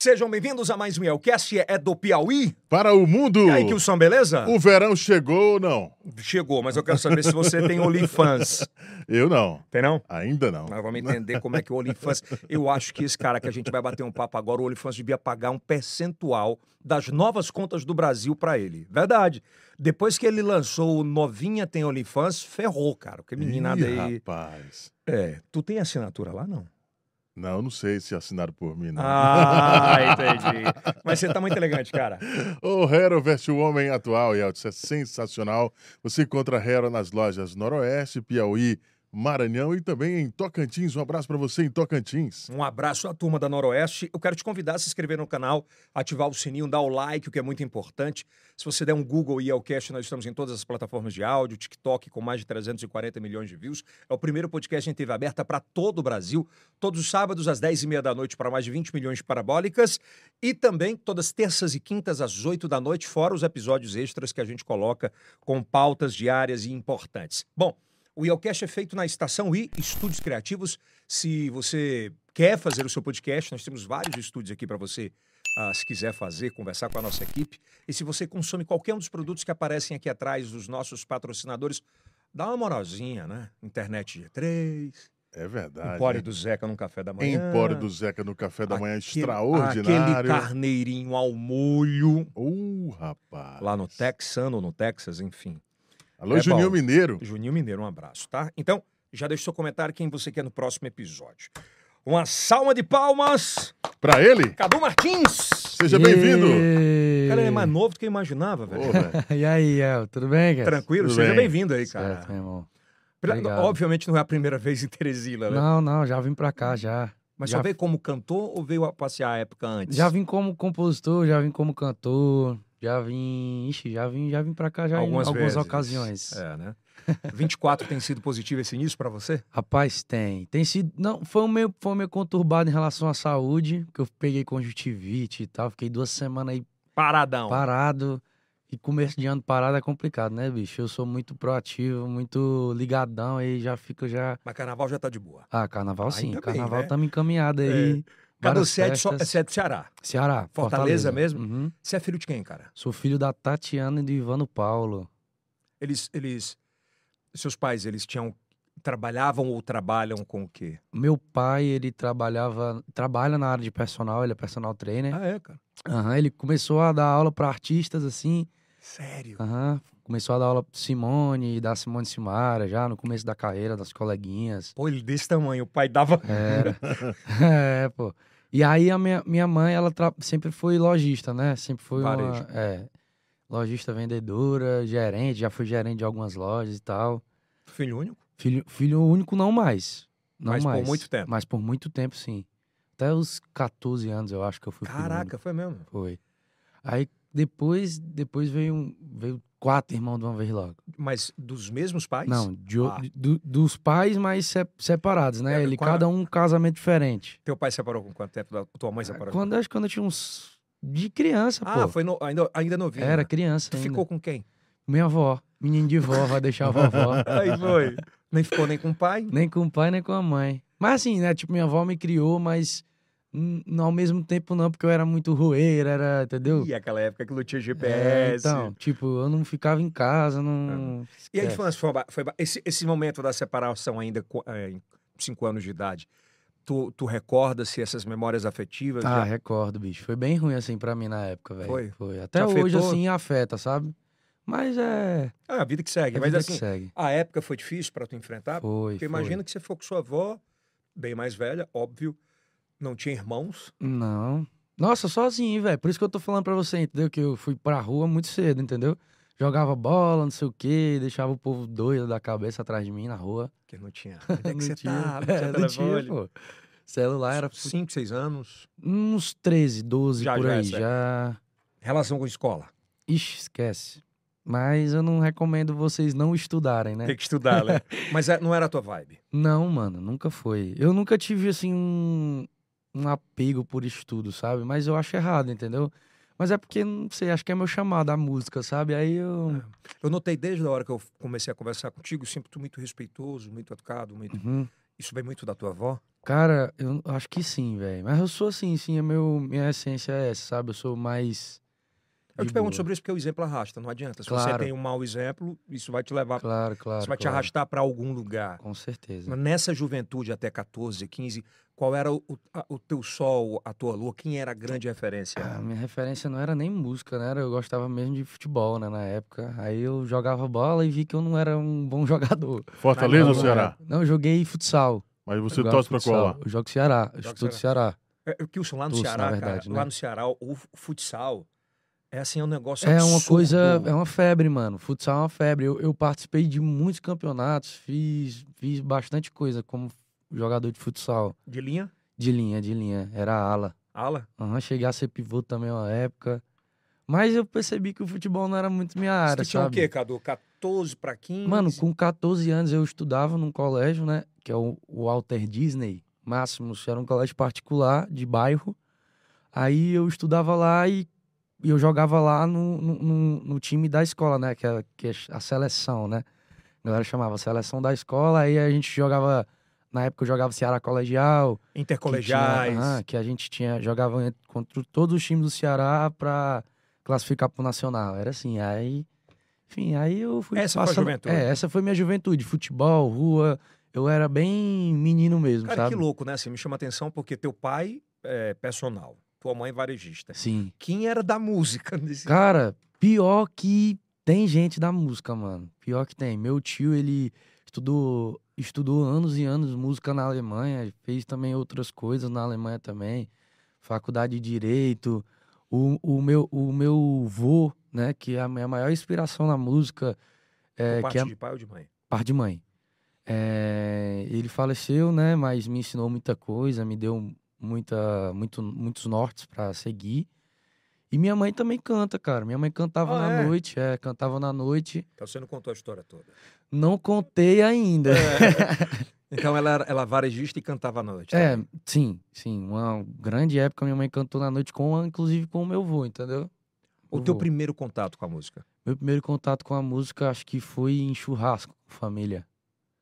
Sejam bem-vindos a mais um Elcast, é do Piauí. Para o mundo, E aí, Kilson, beleza? o verão chegou ou não? Chegou, mas eu quero saber se você tem OnlyFans. Eu não. Tem não? Ainda não. Nós vamos entender como é que o OnlyFans... Eu acho que esse cara que a gente vai bater um papo agora, o OnlyFans devia pagar um percentual das novas contas do Brasil pra ele. Verdade. Depois que ele lançou o Novinha Tem OnlyFans, ferrou, cara. Que meninada Ih, aí... rapaz. É, tu tem assinatura lá, não? Não, não sei se assinaram por mim, não. Ah, entendi. Mas você tá muito elegante, cara. O Hero veste o homem atual, e isso é sensacional. Você encontra Hero nas lojas Noroeste, Piauí, Maranhão e também em Tocantins. Um abraço para você em Tocantins. Um abraço à turma da Noroeste. Eu quero te convidar a se inscrever no canal, ativar o sininho, dar o like, o que é muito importante. Se você der um Google e Elcast, nós estamos em todas as plataformas de áudio, TikTok com mais de 340 milhões de views. É o primeiro podcast em TV aberta para todo o Brasil, todos os sábados às 10h30 da noite para mais de 20 milhões de parabólicas e também todas terças e quintas às 8 da noite, fora os episódios extras que a gente coloca com pautas diárias e importantes. Bom, o Yelcast é feito na Estação I, Estúdios Criativos. Se você quer fazer o seu podcast, nós temos vários estúdios aqui para você, ah, se quiser fazer, conversar com a nossa equipe. E se você consome qualquer um dos produtos que aparecem aqui atrás dos nossos patrocinadores, dá uma moralzinha, né? Internet G3, É verdade. Empório hein? Um do Zeca no café da manhã. Empório do Zeca no café da manhã Aquele- Aquele extraordinário. carneirinho ao molho, Uh, rapaz. lá no Texano, no Texas, enfim. Alô, É Juninho bom. Mineiro. Juninho Mineiro, um abraço, tá? Então, já deixa seu comentário quem você quer no próximo episódio. Uma salva de palmas, Para ele, Cadu Martins! seja bem-vindo. E... Cara, ele é mais novo do que eu imaginava, velho. Ô, velho. E aí, El, tudo bem, cara? Tranquilo, Tudo seja bem. bem-vindo aí, cara. Certo, meu irmão. Pri- obrigado. Obviamente não é a primeira vez em Teresila, né? Não, não, já vim pra cá, já. Mas Já- só veio como cantor ou veio a passear a época antes? Já vim como compositor, já vim como cantor, já vim... Ixi, já vim, já vim pra cá já Algumas em algumas vezes. ocasiões. É, né? 24 tem sido positivo esse início pra você? Rapaz, tem. Tem sido... Não, foi um meio, foi um meio conturbado em relação à saúde, que eu peguei conjuntivite e tal, fiquei duas semanas aí Paradão. parado. E começo de ano parado é complicado, né, bicho? Eu sou muito proativo, muito ligadão, aí já fico já... Mas carnaval já tá de boa. Ah, carnaval sim. Ainda bem, carnaval né? estamos encaminhado aí. Cadu, Várias você é de so- festas. você é do Ceará. Ceará. Fortaleza Fortaleza, mesmo? Uhum. Você é filho de quem, cara? Sou filho da Tatiana e do Ivano Paulo. Eles, eles, seus pais, eles tinham, trabalhavam ou trabalham com o quê? Meu pai, ele trabalhava, trabalha na área de personal, ele é personal trainer. Ah, é, cara. Aham, ele começou a dar aula para artistas assim. Sério? Aham, começou a dar aula pra Simone, da Simone Simara, já no começo da carreira, das coleguinhas. Pô, ele desse tamanho, o pai dava. Era. é, pô. E aí a minha, minha mãe, ela tra- sempre foi lojista, né? Sempre foi Varejo. uma... É, lojista, vendedora, gerente, já fui gerente de algumas lojas e tal. Filho único? Filho, filho único não mais. Não Mas por mais. muito tempo. Mas por muito tempo, sim. Até os 14 anos, eu acho que eu fui filho único. Caraca, foi mesmo. Foi. Aí depois, depois veio, um- veio quatro irmãos de uma vez logo. Mas dos mesmos pais? Não, de o- Ah. do- dos pais, mas se- separados, né? É, Ele, quando- cada um um casamento diferente. Teu pai separou com quanto tempo? Da Tua mãe separou? Ah, Quando acho que quando eu tinha uns. De criança, Ah, pô. foi no- ainda, ainda novinho. Era né? criança. Tu Ainda. ficou com quem? Minha avó. Menino de vó, vai deixar a vovó. Aí foi. Nem ficou nem com o pai? nem com o pai, nem com a mãe. Mas assim, né? Tipo, minha avó me criou, mas hum, não ao mesmo tempo não, porque eu era muito roeiro, era, entendeu? E aquela época que não tinha É, GPS. então, é. tipo, eu não ficava em casa, Ah, não. E a Esquece. infância foi, ba- foi ba- esse, esse momento da separação ainda co- é, em cinco anos de idade. Tu, tu recorda se essas memórias afetivas? Ah, já- recordo, bicho. Foi bem ruim, assim, pra mim na época, velho. Foi? Até Te hoje, afetou? assim, afeta, sabe? Mas é. Ah, a vida que é segue. a Mas vida que assim, segue. a época foi difícil para tu enfrentar. Foi. porque foi. imagina que você for com sua avó, bem mais velha, óbvio, não tinha irmãos. Não. Nossa, sozinho, velho. Por isso que eu tô falando pra você, entendeu? Que eu fui pra rua muito cedo, entendeu? Jogava bola, não sei o quê, deixava o povo doido da cabeça atrás de mim na rua. Que não tinha. Onde é que Não você tinha- tá? Não é, tinha não tinha, telefone. pô. Celular era fu- Cinco, seis anos. uns 13, 12 Já, por já, aí, certo. já. Relação com escola. Ixi, esquece. Mas eu não recomendo vocês não estudarem, né? Tem que estudar, né? Mas é- não era a tua vibe. Não, mano, nunca foi. Eu nunca tive, assim, um, um apego por estudo, sabe? Mas eu acho errado, entendeu? Mas é porque, não sei, acho que é meu chamado, a música, sabe? Aí eu. Eu notei desde a hora que eu comecei a conversar contigo, sempre tu muito respeitoso, muito educado, muito. Uhum. Isso vem muito da tua avó? Cara, eu acho que sim, velho. Mas eu sou assim, sim, é meu, minha essência é essa, sabe? Eu sou mais. Eu de te pergunto boa. sobre isso porque o exemplo arrasta, não adianta. Se você Claro. tem um mau exemplo, isso vai te levar. Claro, claro. isso vai te claro. arrastar para algum lugar. Com certeza. Mas Nessa juventude até 14, 15, qual era o, o- a- o teu sol, a tua lua? Quem era a grande referência? Ah, minha referência não era nem música, né? Era- Eu gostava mesmo de futebol, né, na época. Aí eu jogava bola e vi que eu não era um bom jogador. Fortaleza Não, ou não Ceará? Não, eu joguei futsal. Mas Eu você gosto torce de pra futsal. qual lá? Eu jogo Ceará. Eu Joga estudo Ceará. É, é, Kilson, lá no Dulce, na Ceará, verdade, cara, né? lá no Ceará, o, o futsal é assim, é um negócio É uma absurdo. coisa, é uma febre, mano. Futsal é uma febre. Eu, eu participei de muitos campeonatos, fiz, fiz bastante coisa como jogador de futsal. De linha, De linha, de linha. Era ala. ala. Aham, cheguei a ser pivô também uma época. Mas eu percebi que o futebol não era muito minha Você área, tinha o sabe? quê, Cadu? 14 para 15? Mano, com 14 anos eu estudava num colégio, né? Que é o o Walter Disney Máximos. Era um colégio particular de bairro. Aí eu estudava lá e, e eu jogava lá no, no, no- no time da escola, né? Que é, que é a seleção, né? A galera chamava seleção da escola. Aí a gente jogava. Na época eu jogava Ceará Colegial. Que, Intercolegiais. tinha- aham, que a gente tinha, jogava en- contra todos os times do Ceará pra classificar pro Nacional. Era assim, aí. Enfim, aí eu fui. Essa foi a passando- juventude. É, essa foi minha juventude. Futebol, rua. Eu era bem menino mesmo, Cara, sabe? que louco, né? Assim, me chama atenção porque teu pai é personal, tua mãe é varejista. Sim. Quem era da música? nesse- Cara, pior que tem gente da música, mano. Pior que tem. Meu tio, ele estudou, estudou anos e anos música na Alemanha, fez também outras coisas na Alemanha também. Faculdade de Direito. O, o meu o meu vô, né, que é a minha maior inspiração na música, Por é, parte que é de pai ou de mãe? par de mãe. É, ele faleceu, né? Mas me ensinou muita coisa, me deu muita, muito, muitos nortes para seguir. E minha mãe também canta, cara. Minha mãe cantava Ah, na é? noite, é, cantava na noite. Então você não contou a história toda. Não contei ainda. É. Então ela era ela varejista e cantava à noite. É, também. sim, sim. Uma grande época minha mãe cantou na noite com, inclusive com o meu vô, entendeu? O Meu teu vô. primeiro contato com a música? Meu primeiro contato com a música acho que foi em churrasco com família.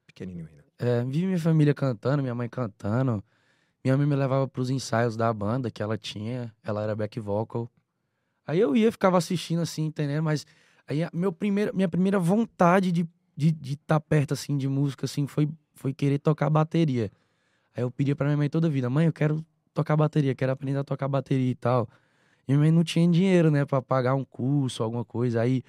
Pequenininho ainda. É, vi minha família cantando, minha mãe cantando. Minha mãe me levava pros ensaios da banda que ela tinha. Ela era back vocal. Aí eu ia, ficava assistindo assim, entendendo? Mas aí a- meu primeiro, minha primeira vontade de de estar de tá perto assim de música assim foi foi querer tocar bateria. Aí eu pedia pra minha mãe toda vida, mãe, eu quero tocar bateria, quero aprender a tocar bateria e tal. E minha mãe não tinha dinheiro, né, Pra pagar um curso, alguma coisa. Aí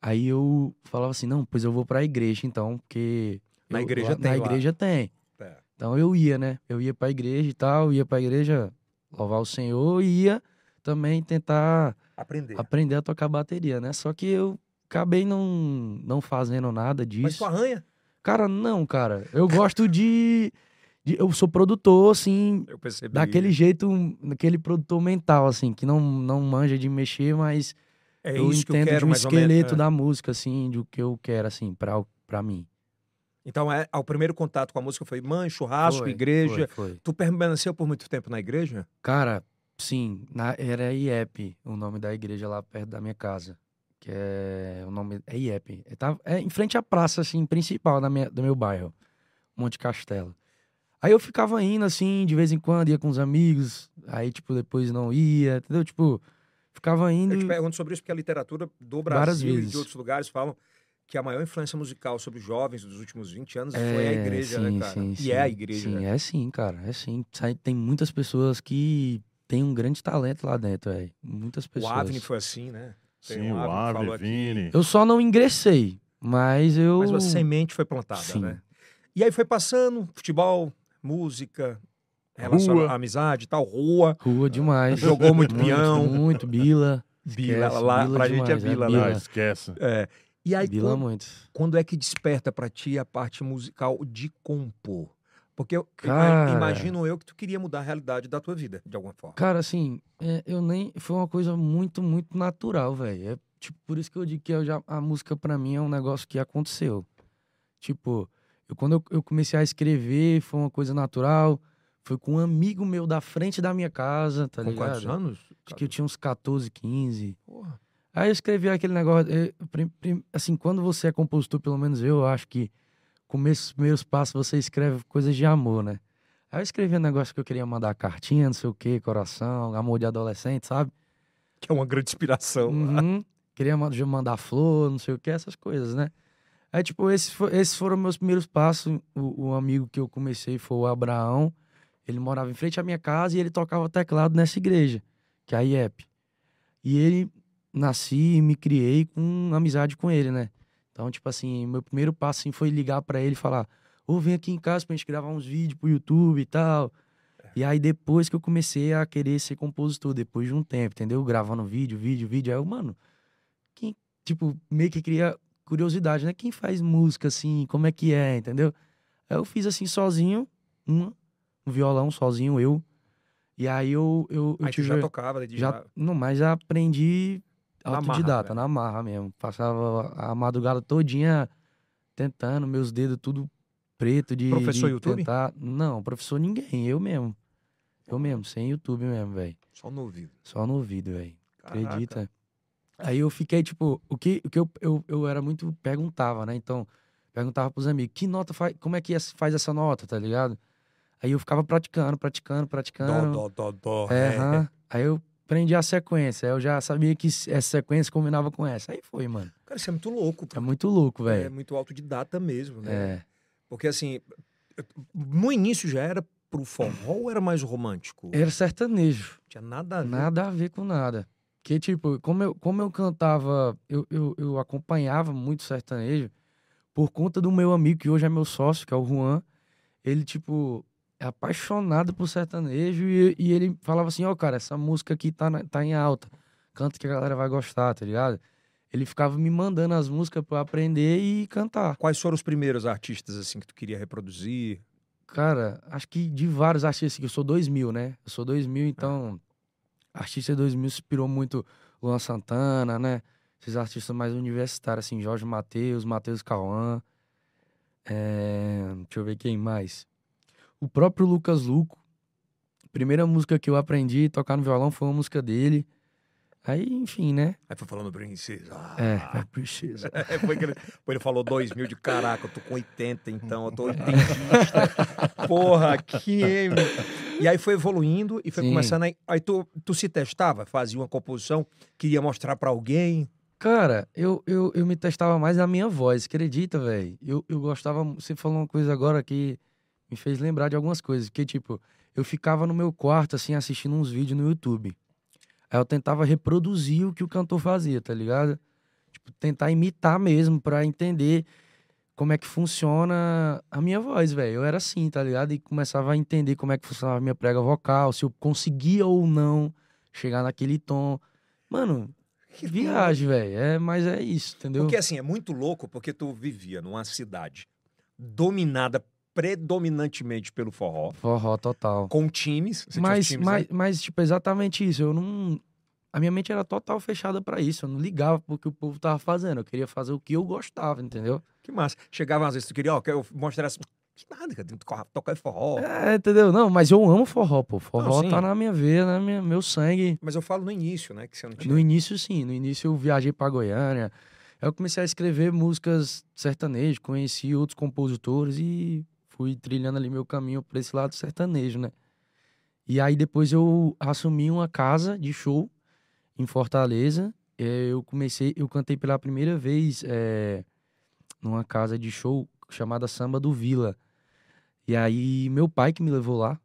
aí eu falava assim, não, pois eu vou pra igreja então, porque Na eu- igreja lá- tem Na lá. igreja tem. É. Então eu ia, né? Eu ia pra igreja e tal, ia pra igreja louvar o Senhor e ia também tentar Aprender. aprender a tocar bateria, né? Só que eu acabei não, não fazendo nada disso. Mas tu arranha? Cara, não, cara. Eu gosto de, de- Eu sou produtor, assim, Eu percebi. daquele jeito, daquele produtor mental, assim, que não, não manja de mexer, mas é eu isso que eu entendo de quero, um mais ou menos. esqueleto É. da música, assim, do que eu quero, assim, pra, o- pra mim. Então, é, o primeiro contato com a música foi mãe, churrasco, Foi, igreja. Foi, foi. Tu permaneceu por muito tempo na igreja? Cara, sim, na- era IEP, o nome da igreja lá perto da minha casa. Que é. O nome é IEP. É, tá- é em frente à praça, assim, principal da minha- do meu bairro, Monte Castelo. Aí eu ficava indo, assim, de vez em quando, ia com os amigos, aí, tipo, depois não ia, entendeu? Tipo, ficava indo. Eu te pergunto sobre isso porque a literatura do Hum. Várias Brasil e vezes. de outros lugares falam que a maior influência musical sobre os jovens dos últimos 20 anos foi a igreja, né, cara? e é a igreja, É, Sim, né? é sim, cara. É sim. Sai- Tem muitas pessoas que têm um grande talento lá dentro, velho. Muitas O é pessoas. Avni foi assim, né? Tem Sim, um o Avni que falou Ave, aqui. Vini. Eu só não ingressei, mas eu. Mas é a semente foi plantada, Sim. né? E aí foi passando, futebol, música, relaciona Rua. à amizade e tal, rua, Rua demais. Jogou muito peão. Muito, bila. bila, Esquece, lá bila pra demais, gente é bila, Ah, né? Bila. esquece. É. E aí bila quando, muito. quando é que desperta pra ti a parte musical de compor? Porque eu ima- Cara. imagino eu que tu queria mudar a realidade da tua vida, de alguma forma. Cara, assim, é, eu nem. Foi uma coisa muito, muito natural, velho. É tipo, por isso que eu digo que eu já, a música pra mim é um negócio que aconteceu. Tipo, eu, quando eu, eu comecei a escrever, foi uma coisa natural. Foi com um amigo meu da frente da minha casa, tá Com ligado? quantos anos? Acho que eu tinha uns 14, 15. Porra. Aí eu escrevi aquele negócio. eh, prim- prim- assim, quando você é compositor, pelo menos eu, eu acho que começo, primeiros passos, você escreve coisas de amor, né? Aí eu escrevi um negócio que eu queria mandar cartinha, não sei o quê, coração, amor de adolescente, sabe? Que é uma grande inspiração. Uhum. Queria ma- já mandar flor, não sei o que, essas coisas, né? Aí, tipo, esses, fo- esses foram meus primeiros passos. O, o amigo que eu comecei foi o Abraão. Ele morava em frente à minha casa e ele tocava teclado nessa igreja, que é a IEP. E ele nasci e me criei com amizade com ele, né? Então, tipo assim, meu primeiro passo assim, foi ligar pra ele e falar: Ô, vem aqui em casa pra gente gravar uns vídeos pro YouTube e tal. E aí, depois que eu comecei a querer ser compositor, depois de um tempo, entendeu? Gravando vídeo, vídeo, vídeo. Aí eu, mano, quem, tipo, meio que cria curiosidade, né? Quem faz música assim, como é que é, entendeu? Aí eu fiz assim sozinho, uma, um violão sozinho, eu. E aí eu, eu, eu Aí tu tive já tocava, né, já... já, não, mas já aprendi Na marra, autodidata, né? na marra mesmo. Passava a madrugada todinha tentando, meus dedos tudo preto de Professor de YouTube? tentar. Não, professor ninguém, eu mesmo. Eu mesmo, sem YouTube mesmo, velho. só no ouvido. Só no ouvido, velho. Caraca. Acredita? Aí eu fiquei, tipo, o que, o que eu, eu, eu era muito. Perguntava, né? Então, perguntava pros amigos, que nota faz. Como é que es- faz essa nota, tá ligado? Aí eu ficava praticando, praticando, praticando. Dó, dó, dó, dó. É, ré. aham. Aí eu prendi a sequência. aí Eu já sabia que essa sequência combinava com essa. Aí foi, mano. Cara, isso é muito louco. É muito louco, É velho. muito autodidata mesmo, né? É. Porque assim, no início já era pro forró ou era mais romântico? Era sertanejo. Não tinha nada a ver. É. Nada a ver com nada. Porque, tipo, como eu, como eu cantava, eu, eu, eu acompanhava muito sertanejo por conta do meu amigo, que hoje é meu sócio, que é o Juan. Ele, tipo, é apaixonado por sertanejo e, e ele falava assim: ó, cara, essa música aqui tá, na- tá em alta. Canta que a galera vai gostar, tá ligado? Ele ficava me mandando as músicas pra eu aprender e cantar. Quais foram os primeiros artistas assim que tu queria reproduzir? Cara, acho que de vários artistas, que eu sou 2000, né? Eu sou 2000, então. Artista 2000 inspirou muito Luan Santana, né? Esses artistas mais universitários, assim, Jorge Matheus, Matheus Cauã. É, Deixa eu ver quem mais. O próprio Lucas Luco. Primeira música que eu aprendi a tocar no violão foi uma música dele. Aí, enfim, né? Aí foi falando princesa. É, precisa. É, ah." foi que ele, foi ele falou 2000 de caraca, eu tô com 80, então eu tô 80. Porra, que. E aí foi evoluindo e foi Sim. começando. Aí, aí tu, tu se testava, fazia uma composição, queria mostrar pra alguém. Cara, eu, eu, eu me testava mais na minha voz, acredita, velho? Eu, eu gostava. Você falou uma coisa agora que me fez lembrar de algumas coisas. Porque, tipo, eu ficava no meu quarto, assim, assistindo uns vídeos no YouTube. Aí eu tentava reproduzir o que o cantor fazia, tá ligado? Tipo, tentar imitar mesmo pra entender como é que funciona a minha voz, velho. Eu era assim, tá ligado? E começava a entender como é que funcionava a minha prega vocal, se eu conseguia ou não chegar naquele tom. Mano, que viagem, velho. É, mas é isso, entendeu? Porque assim, é muito louco, porque tu vivia numa cidade dominada predominantemente pelo forró, Forró total. com times. você tinha os Mas, times, né? mas, mas, tipo, exatamente isso. Eu não. A minha mente era total fechada pra isso. Eu não ligava porque o povo tava fazendo. Eu queria fazer o que eu gostava, entendeu? Que massa. Chegava às vezes, tu queria, ó, que eu mostrasse. Que nada, cara, tocar- tocar forró. É, entendeu? Não, mas eu amo forró, pô. Forró sim. tá na minha veia, na minha, meu sangue. Mas eu falo no início, né? Que você não tinha. No início, sim. No início, eu viajei pra Goiânia. Aí Eu comecei a escrever músicas sertanejo, conheci outros compositores e fui trilhando ali meu caminho pra esse lado sertanejo, né? E aí depois eu assumi uma casa de show em Fortaleza. Eh, Eu comecei, eu cantei pela primeira vez eh, numa casa de show chamada Samba do Vila. E aí meu pai que me levou lá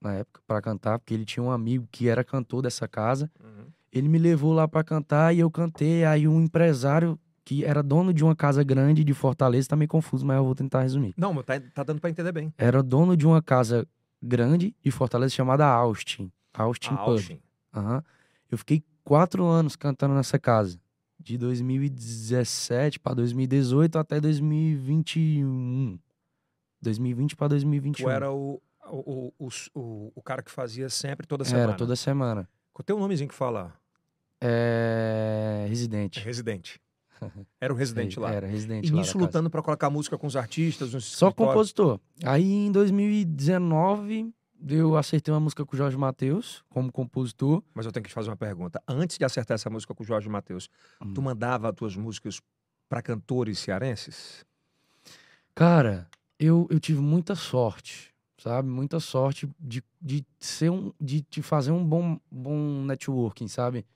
na época pra cantar, porque ele tinha um amigo que era cantor dessa casa. Uhum. Ele me levou lá pra cantar e eu cantei. Aí um empresário que era dono de uma casa grande de Fortaleza, tá meio confuso, mas eu vou tentar resumir. Não, mas tá, tá dando pra entender bem. Era dono de uma casa grande de Fortaleza chamada Austin. Austin Ah, Pub. Austin. Aham. Eu fiquei quatro anos cantando nessa casa. De 2017 pra 2018 até 2021. 2020 pra 2021. Tu era o, o, o, o, o cara que fazia sempre, toda semana. Era, toda semana. Tem um nomezinho que fala. É... É Residente. residente. Era o residente lá. Era, residente E lá nisso da casa. lutando pra colocar música com os artistas, nos Só escritórios. compositor. Aí em 2019 eu acertei uma música com o Jorge Matheus como compositor. Mas eu tenho que te fazer uma pergunta. Antes de acertar essa música com o Jorge Matheus, tu Hum. mandava as tuas músicas pra cantores cearenses? Cara, eu, eu tive muita sorte, sabe? Muita sorte de, de ser um, de te fazer um bom, bom networking, sabe?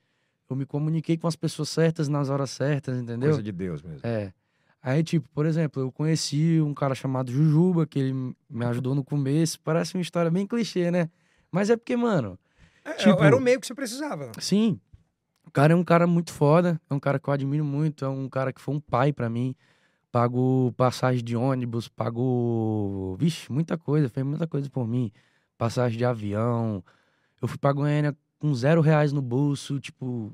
Eu me comuniquei com as pessoas certas nas horas certas, entendeu? Coisa de Deus mesmo. É. Aí, tipo, por exemplo, eu conheci um cara chamado Jujuba, que ele Uhum. me ajudou no começo. Parece uma história bem clichê, né? Mas é porque, mano, É, Tipo- Era o meio que você precisava. Sim. O cara é um cara muito foda, é um cara que eu admiro muito, é um cara que foi um pai pra mim. Pagou passagem de ônibus, pagou. Vixe, muita coisa, fez muita coisa por mim. Passagem de avião. Eu fui pra Goiânia com zero reais no bolso, tipo,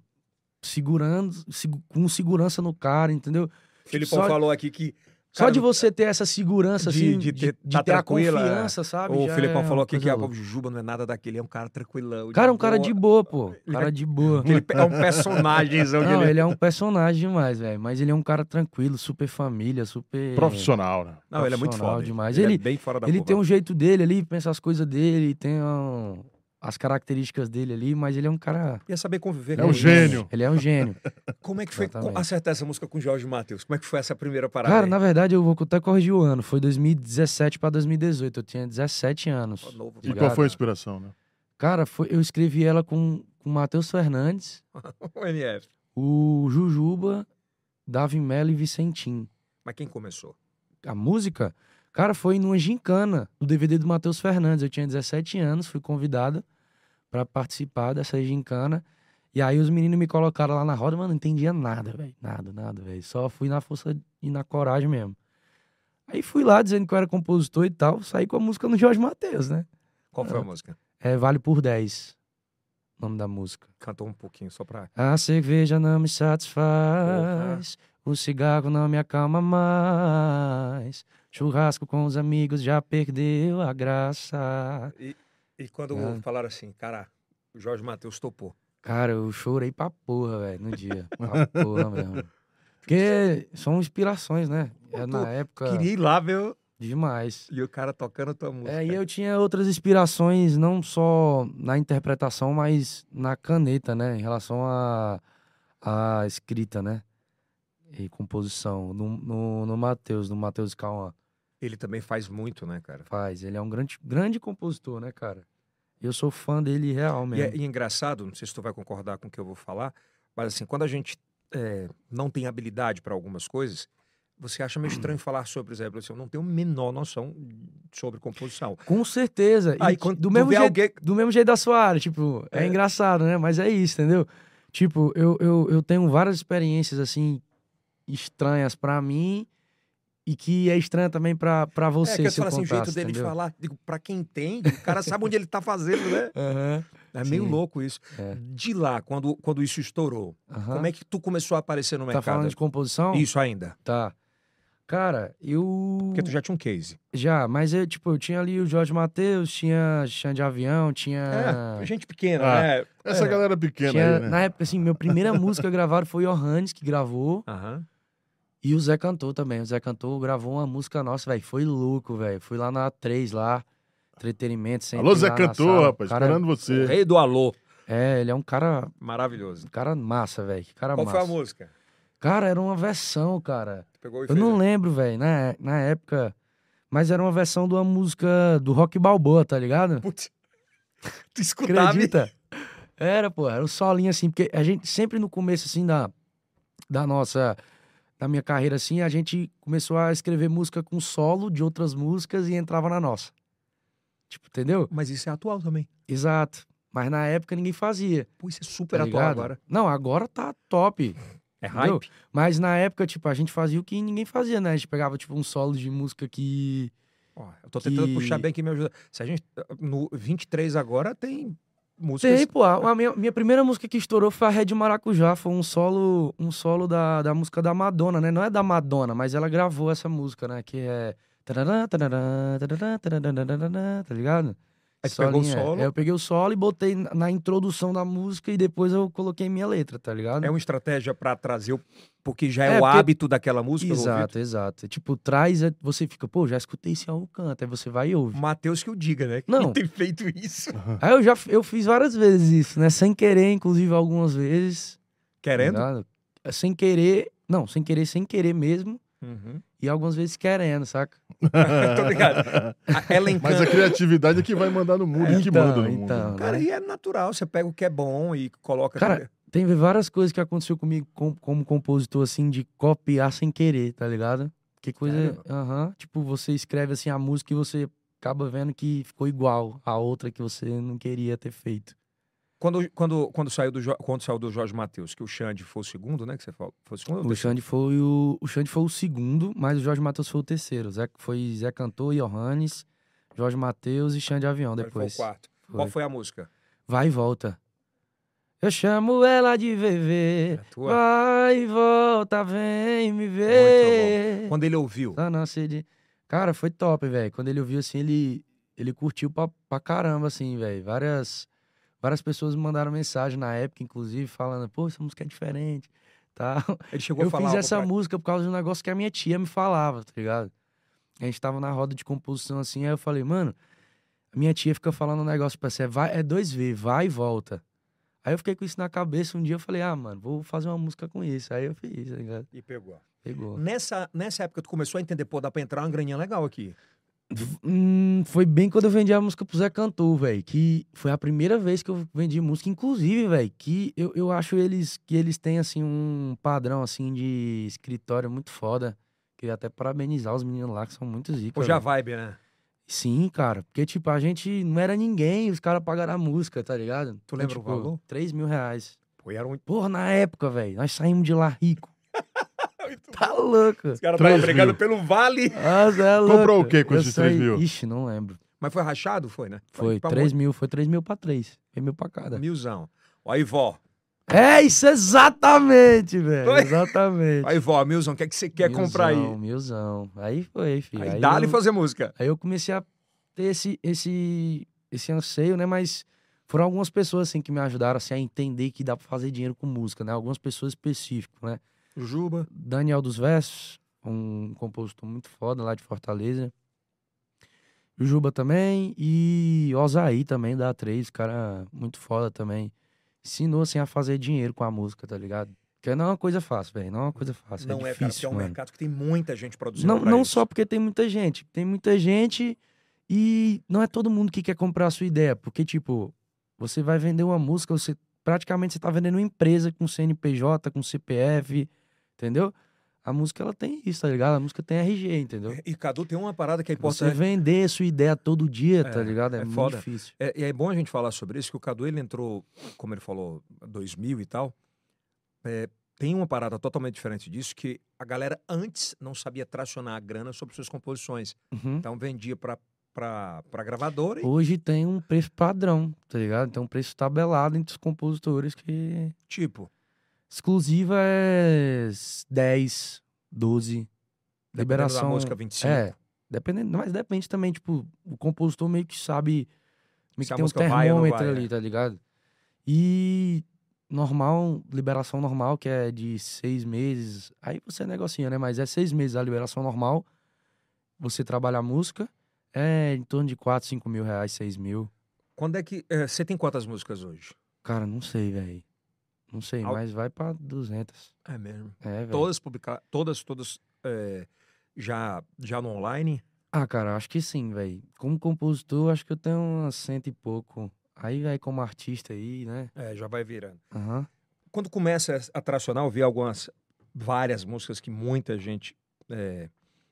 segurando, segu- com segurança no cara, entendeu? O Filipão só- falou aqui que. Só cara, de você ter essa segurança, de- assim, de de, ter- de tá ter a tranquila, confiança, sabe? O Já Filipão é falou uma aqui que coisa a louca. Jujuba não é nada daquele, é um cara tranquilão. Cara, é um cara de boa. boa, pô. Ele Cara de boa. Ele é um personagem. onde Não, ele... ele é um personagem demais, velho. Mas ele é um cara tranquilo, super família, super. Profissional, né? Não, ele é muito profissional foda. demais. Ele, é Ele- bem fora da Ele curva. tem um jeito dele ali, pensa as coisas dele, tem um- as características dele ali, mas ele é um cara. E é saber conviver É com um isso. gênio. Ele é um gênio. Como é que foi Exatamente. co- acertar essa música com o Jorge Matheus? Como é que foi essa primeira parada? cara, aí? é. na verdade, eu vou até corrigir o ano. Foi 2017 pra 2018. Eu tinha 17 Ó, anos. novo, E cara. qual foi a inspiração, né? Cara, foi- eu escrevi ela com com o Matheus Fernandes, O MF. o Jujuba, Davi Mello e Vicentim. Mas quem começou? a música, cara, foi numa gincana do DVD do Matheus Fernandes. Eu tinha 17 anos, fui convidado pra participar dessa gincana. E aí os meninos me colocaram lá na roda, mano, não entendia nada, velho. Nada, nada, velho. Só fui na força e na coragem mesmo. Aí fui lá dizendo que eu era compositor e tal, saí com a música no Jorge Matheus, né? Qual foi a Ah. música? É Vale por 10, o nome da música. Cantou um pouquinho só pra. A cerveja não me satisfaz, o cigarro não me acalma mais. Churrasco com os amigos já perdeu a graça. E quando Ah. falaram assim, cara, o Jorge Matheus topou. Cara, eu chorei pra porra, velho, no dia. Pra porra mesmo. Porque são inspirações, né? É, Pô, na época, Queria ir lá ver o- demais. e o cara tocando a tua música. É, e eu tinha outras inspirações, não só na interpretação, mas na caneta, né? Em relação à à escrita, né? E composição. No, no, no Matheus, no Matheus Cauã Ele também faz muito, né, cara? faz. Ele é um grande, grande compositor, né, cara? Eu sou fã dele real E mesmo. é, e é engraçado, não sei se tu vai concordar com o que eu vou falar, mas assim, quando a gente é, não tem habilidade para algumas coisas, você acha meio estranho falar sobre, por exemplo, assim, eu não tenho a menor noção sobre composição. Com certeza. E Aí t- quando do tu mesmo vê jeito, alguém, do mesmo jeito da sua área, tipo, é, É. engraçado, né? Mas é isso, entendeu? Tipo, eu, eu, eu tenho várias experiências, assim, estranhas pra mim e que é estranha também pra, pra é, você, que eu se eu falo assim, o jeito contasse, dele de entendeu? falar, digo, para quem entende, o cara sabe onde ele tá fazendo, né? Aham, É meio Sim. louco isso. É. De lá, quando, quando isso estourou, aham. como é que tu começou a aparecer no Tá mercado? falando de composição? Isso ainda. Tá. Cara, eu... Porque tu já tinha um case. Já, mas eu, tipo, eu tinha ali o Jorge Matheus, tinha Xande Avião, tinha... É, gente pequena, Ah. né? Essa É. galera pequena tinha- aí, né? Na época, assim, minha primeira música gravada foi o Johannes, que gravou. Aham. E o Zé cantou também. O Zé cantou, gravou uma música nossa, velho. Foi louco, velho. Fui lá na A3 lá, entretenimento, sem Alô, Zé Cantor, rapaz, esperando O você. rei do alô. É, ele é um cara, Maravilhoso. um cara massa, velho. Que cara Qual Tá massa. foi a música? Cara, era uma versão, cara. Tu Pegou e Eu fez, né? não lembro, velho, na, na época. Mas era uma versão de uma música do Rock Balboa, tá ligado? Putz. Tu escutava e- Acredita? Era, pô, era um solinho assim, porque a gente sempre no começo, assim, da, da nossa. Da minha carreira, assim, a gente começou a escrever música com solo de outras músicas e entrava na nossa. Tipo, entendeu? Mas isso é atual também. Exato. Mas na época ninguém fazia. Pô, isso é Tá super atual ligado? agora. Não, agora tá top. É Entendeu? hype. Mas na época, tipo, a gente fazia o que ninguém fazia, né? A gente pegava, tipo, um solo de música que. Ó, eu tô tentando Que- puxar bem aqui me ajuda. Se a gente. No 23 agora tem músicas. Tem, pô. A a minha, minha primeira música que estourou foi a Red Maracujá. Foi um solo, um solo da, da música da Madonna, né? Não é da Madonna, mas ela gravou essa música, né? Que é. tarará, tarará, tarará, tarará, Tá ligado? Aí tu pegou o Solinho, é. solo? É, Eu peguei o solo e botei na na introdução da música e depois eu coloquei minha letra, tá ligado? É uma estratégia pra trazer o. Porque já é, É, o porque- hábito daquela música. Exato, exato. Tipo, traz, é- você fica, pô, já escutei esse álbum canta, aí você vai e ouve. Matheus que eu diga, né? Que Não. tem feito isso. Aí eu já f- eu fiz várias vezes isso, né? Sem querer, inclusive, algumas vezes. Querendo? Tá ligado? Sem querer, não, sem querer, sem querer mesmo. Uhum. E algumas vezes querendo, saca? Tô ligado. A Ellen Mas a canta- criatividade é que vai mandar no mundo, e que manda no mundo. então, Cara, né? e é natural. Você pega o que é bom e coloca... Cara, Tem várias coisas que aconteceu comigo com- como compositor, assim, de copiar sem querer, tá ligado? Que coisa. Sério? Aham. Tipo, você escreve assim a música e você acaba vendo que ficou igual a outra que você não queria ter feito. Quando, quando, quando, saiu do, Jo- quando saiu do Jorge Matheus, que o Xande foi o segundo, né? Que você falou. Foi o segundo? ou O Xande foi o, o Xande foi o segundo, mas o Jorge Matheus foi o terceiro. Zé, foi Zé Cantor, Johannes, Jorge Matheus e Xande Avião terceiro? depois. Foi o quarto. Foi. Qual foi a música? Vai e volta. Eu chamo ela de VV. A tua? Vai e volta, vem me ver. Quando ele ouviu. Ah, não, sei de- Cara, foi top, velho. Quando ele ouviu, assim, ele, ele curtiu pra, pra caramba, assim, velho. Várias, várias pessoas me mandaram mensagem na época, inclusive, falando, pô, essa música é diferente, tal. Ele chegou a eu falar fiz algo essa pra- música por causa de um negócio que a minha tia me falava, tá ligado? A gente tava na roda de composição, assim, aí eu falei, mano, a minha tia fica falando um negócio pra você, é, vai, é 2V, vai e volta. Aí eu fiquei com isso na cabeça, um dia eu falei, ah, mano, vou fazer uma música com isso. Aí eu fiz, tá ligado? E pegou. Pegou. Nessa, nessa época, tu começou a entender, pô, dá pra entrar uma graninha legal aqui. Hum, foi bem quando eu vendi a música pro Zé Cantor, velho. Que foi a primeira vez que eu vendi música, inclusive, velho, que eu, eu acho eles que eles têm assim um padrão assim de escritório muito foda. Queria até parabenizar os meninos lá, que são muito Pô, zicas. já vibe, né? Sim, cara. Porque, tipo, a gente não era ninguém, os caras pagaram a música, tá ligado? Tu lembra o tipo, valor? 3 mil reais. Pô, e era um... Porra, na época, velho, nós saímos de lá rico. tá louco. Os caras Três estavam brigando mil. pelo vale. Nossa, é louco. Comprou o quê com Eu esses três saí- mil? Ixi, não lembro. Mas foi rachado? Foi, né? Foi pra 3 mil, foi 3 mil pra 3. Foi mil pra monte- cada. Milzão. Ó, aí, vó. É isso, exatamente, velho. Foi? Exatamente. Aí, vó, Milzão, o que, é que você quer comprar aí? Milzão, Milzão. Aí foi, filho. Aí, Aí dá-lhe eu, fazer música. aí eu comecei a ter esse, esse, esse anseio, né? Mas foram algumas pessoas, assim, que me ajudaram assim, a entender que dá pra fazer dinheiro com música, né? Algumas pessoas específicas, né? Juba. Daniel dos Versos, um compositor muito foda lá de Fortaleza. Juba também e Osaí também, da A3, cara muito foda também. Ensinou, assim, a fazer dinheiro com a música, tá ligado? Que não é uma coisa fácil, velho, não é uma coisa fácil, não é, é cara, porque é difícil, um mano. mercado que tem muita gente produzindo. Não, pra não isso. só porque tem muita gente. Tem muita gente e não é todo mundo que quer comprar a sua ideia. Porque, tipo, você vai vender uma música, você praticamente você tá vendendo uma empresa com CNPJ, com CPF, entendeu? A música, ela tem isso, tá ligado? A música tem RG, entendeu? E Cadu tem uma parada que é Você importante. vender a sua ideia todo dia, tá É, ligado? É, é muito foda. difícil. É, e é bom a gente falar sobre isso, que o Cadu, ele entrou, como ele falou, 2000 e tal. É, tem uma parada totalmente diferente disso, que a galera antes não sabia tracionar a grana sobre suas composições. Uhum. Então vendia pra, pra, pra gravadora e... Hoje tem um preço padrão, tá ligado? Tem um preço tabelado entre os compositores que tipo... Exclusiva é 10, 12. dependendo da Liberação. música 25. É, dependendo, mas depende também, tipo, o compositor meio que sabe. Meio Se que a tem um música vai ou não termômetro vai, ali, né? tá ligado? E normal, liberação normal, que é de seis meses. Aí você negocia, né? Mas é seis meses a liberação normal. Você trabalha a música. É em torno de 4, 5 mil reais, 6 mil. Quando é que... é, Você tem quantas músicas hoje? Cara, não sei, velho. Não sei, Al- mas vai pra 200. É mesmo. É, velho. Todas publicadas... Todas, todas... é, já, já no online? Ah, cara, acho que sim, velho. Como compositor, acho que eu tenho umas cento e pouco. Aí, velho, como artista aí, né? É, já vai virando. Aham. quando começa a tracionar, eu vi algumas, várias músicas que muita gente é,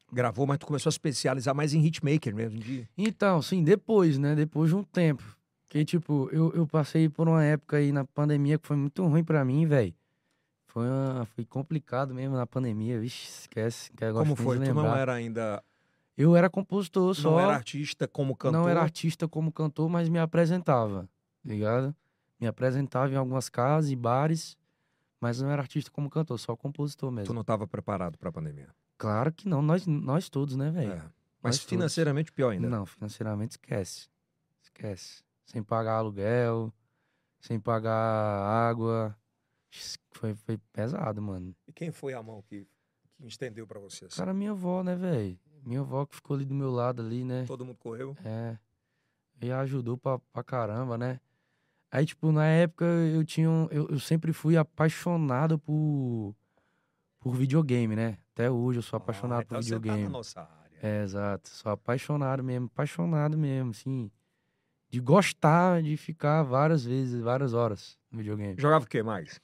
gravou, mas tu começou a especializar mais em hitmaker mesmo. De... Então, sim, depois, né? Depois de um tempo. Que, tipo, eu, eu passei por uma época aí na pandemia que foi muito ruim pra mim, velho. Foi, uma- foi complicado mesmo na pandemia. Vixe, esquece. Que eu gosto Como nem foi? De Tu não lembrar. era ainda, Eu era compositor só. não era artista como cantor? Não era artista como cantor, mas me apresentava, tá ligado? Me apresentava em algumas casas e bares, mas não era artista como cantor, só compositor mesmo. Tu não estava preparado para a pandemia. Claro que não, nós, nós todos, né, É. velho? Mas nós todos. financeiramente pior ainda. Não, financeiramente esquece. Esquece. Sem pagar aluguel, sem pagar água. Ixi, Foi, foi pesado, mano. E quem foi a mão que, que estendeu assim? para vocês? Cara, minha avó, né, velho? Minha avó que ficou ali do meu lado ali, né? Todo mundo correu. É. E ajudou pra, pra caramba, né? Aí, tipo, na época eu tinha. um- Eu, eu sempre fui apaixonado por. por videogame, né? Até hoje eu sou Ah, apaixonado por então você tá videogame. na nossa área. É, exato. Sou apaixonado mesmo, apaixonado mesmo, assim. De gostar de ficar várias vezes, várias horas no videogame. Jogava o que mais?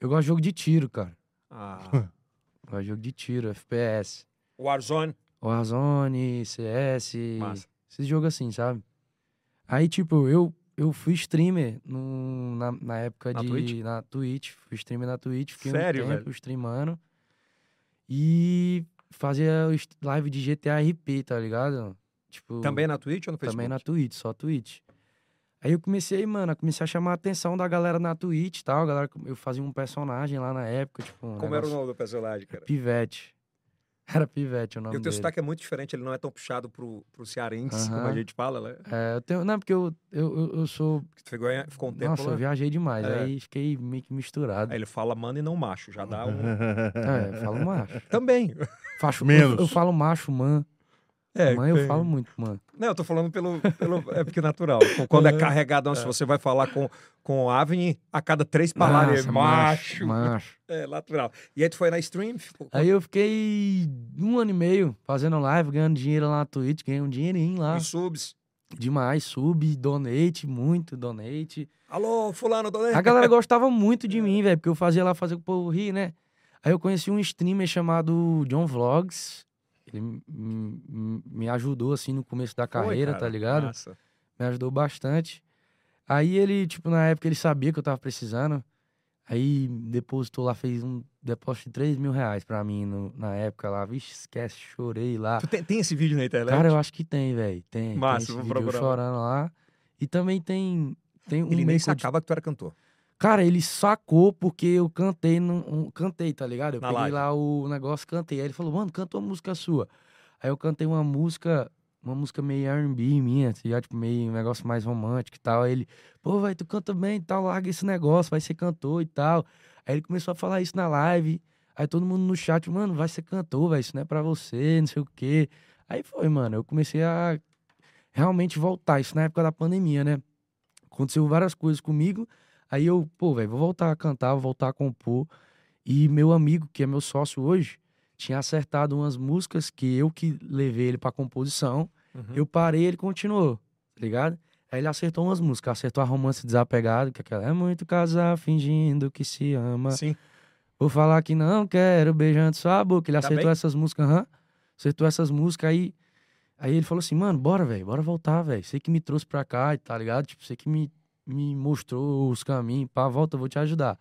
Eu gosto de jogo de tiro, cara. Ah, Eu gosto de jogo de tiro, FPS. Warzone. Warzone, CS. Massa. Esses jogos assim, sabe? Aí, tipo, eu, eu fui streamer no, na, na época Na de. Twitch? Na Twitch. Fui streamer na Twitch, fiquei Sério, um tempo velho? streamando. E fazia os- live de GTA RP, tá ligado? Tipo, Também na Twitch ou no Facebook? também na Twitch, só Twitch. Aí eu comecei, mano, eu comecei a chamar a atenção da galera na Twitch e tal. a Galera, eu fazia um personagem lá na época, tipo. Um Como era o negócio- nome do personagem, cara? Pivete. Era Pivete o nome E o teu dele. sotaque é muito diferente, ele não é tão puxado pro, pro cearense, como a Aham. gente fala, né? É, eu tenho... Não, porque eu, eu, eu, eu sou Porque tu ficou, ficou um tempo Nossa, lá. eu viajei demais. É. Aí fiquei meio que misturado. Aí ele fala mano e não macho, já dá um... Ah, É, eu falo macho. Também. Facho, Menos. Eu, eu falo macho, man. É, Mãe, eu tem- falo muito, man. Não, eu tô falando pelo. pelo é porque é natural. Com- Quando é carregadão, se você vai falar com, com a Avni, a cada três palavras Nossa, é macho. Macho. É natural. E aí tu foi na stream? ficou- Aí eu fiquei um ano e meio fazendo live, ganhando dinheiro lá na Twitch, ganhei um dinheirinho lá. com subs. Demais, sub, donate, muito, donate. Alô, fulano, dona... A galera gostava muito de mim, velho, porque eu fazia lá fazer o povo rir, né? Aí eu conheci um streamer chamado John Vlogs. Ele m- m- me ajudou, assim, no começo da Foi, carreira, cara, tá ligado? massa. me ajudou bastante. Aí ele, tipo, na época ele sabia que eu tava precisando. Aí depositou lá, fez um depósito de 3 mil reais pra mim no- na época lá. Vixe, esquece, chorei lá. Tu tem, tem esse vídeo na internet? Ah. Cara, eu acho que tem, velho. Tem. tem Massa, esse vou vídeo eu procurar lá. chorando lá. E também tem, tem um Ele nem meio sacava que tu era cantor. Cara, ele sacou porque eu cantei, num, um- cantei, tá ligado? Eu Na peguei live. lá o negócio, cantei. Aí ele falou, mano, canta uma música sua. Aí eu cantei uma música, uma música meio R&B minha, tá ligado? Tipo, meio um negócio mais romântico e tal. Aí ele, pô, velho, tu canta bem e tal, larga esse negócio, vai ser cantor e tal. Aí ele começou a falar isso na live. Aí todo mundo no chat, mano, vai ser cantor, velho, isso não é pra você, não sei o quê. Aí foi, mano, eu comecei a realmente voltar. Isso na época da pandemia, né? Aconteceu várias coisas comigo. Aí eu, pô, velho, vou voltar a cantar, vou voltar a compor. E meu amigo, que é meu sócio hoje, tinha acertado umas músicas que eu que levei ele pra composição. Uhum. Eu parei, ele continuou, tá ligado? Aí ele acertou umas músicas, acertou a romance desapegado, que é aquela é muito casar fingindo que se ama. Sim. Vou falar que não quero beijando sua boca. Ele Tá acertou bem? essas músicas, aham. Acertou essas músicas aí. Aí ele falou assim, mano, bora, velho, bora voltar, velho. Você que me trouxe pra cá, tá ligado? Tipo, você que me, me mostrou os caminhos, pá, volta, eu vou te ajudar.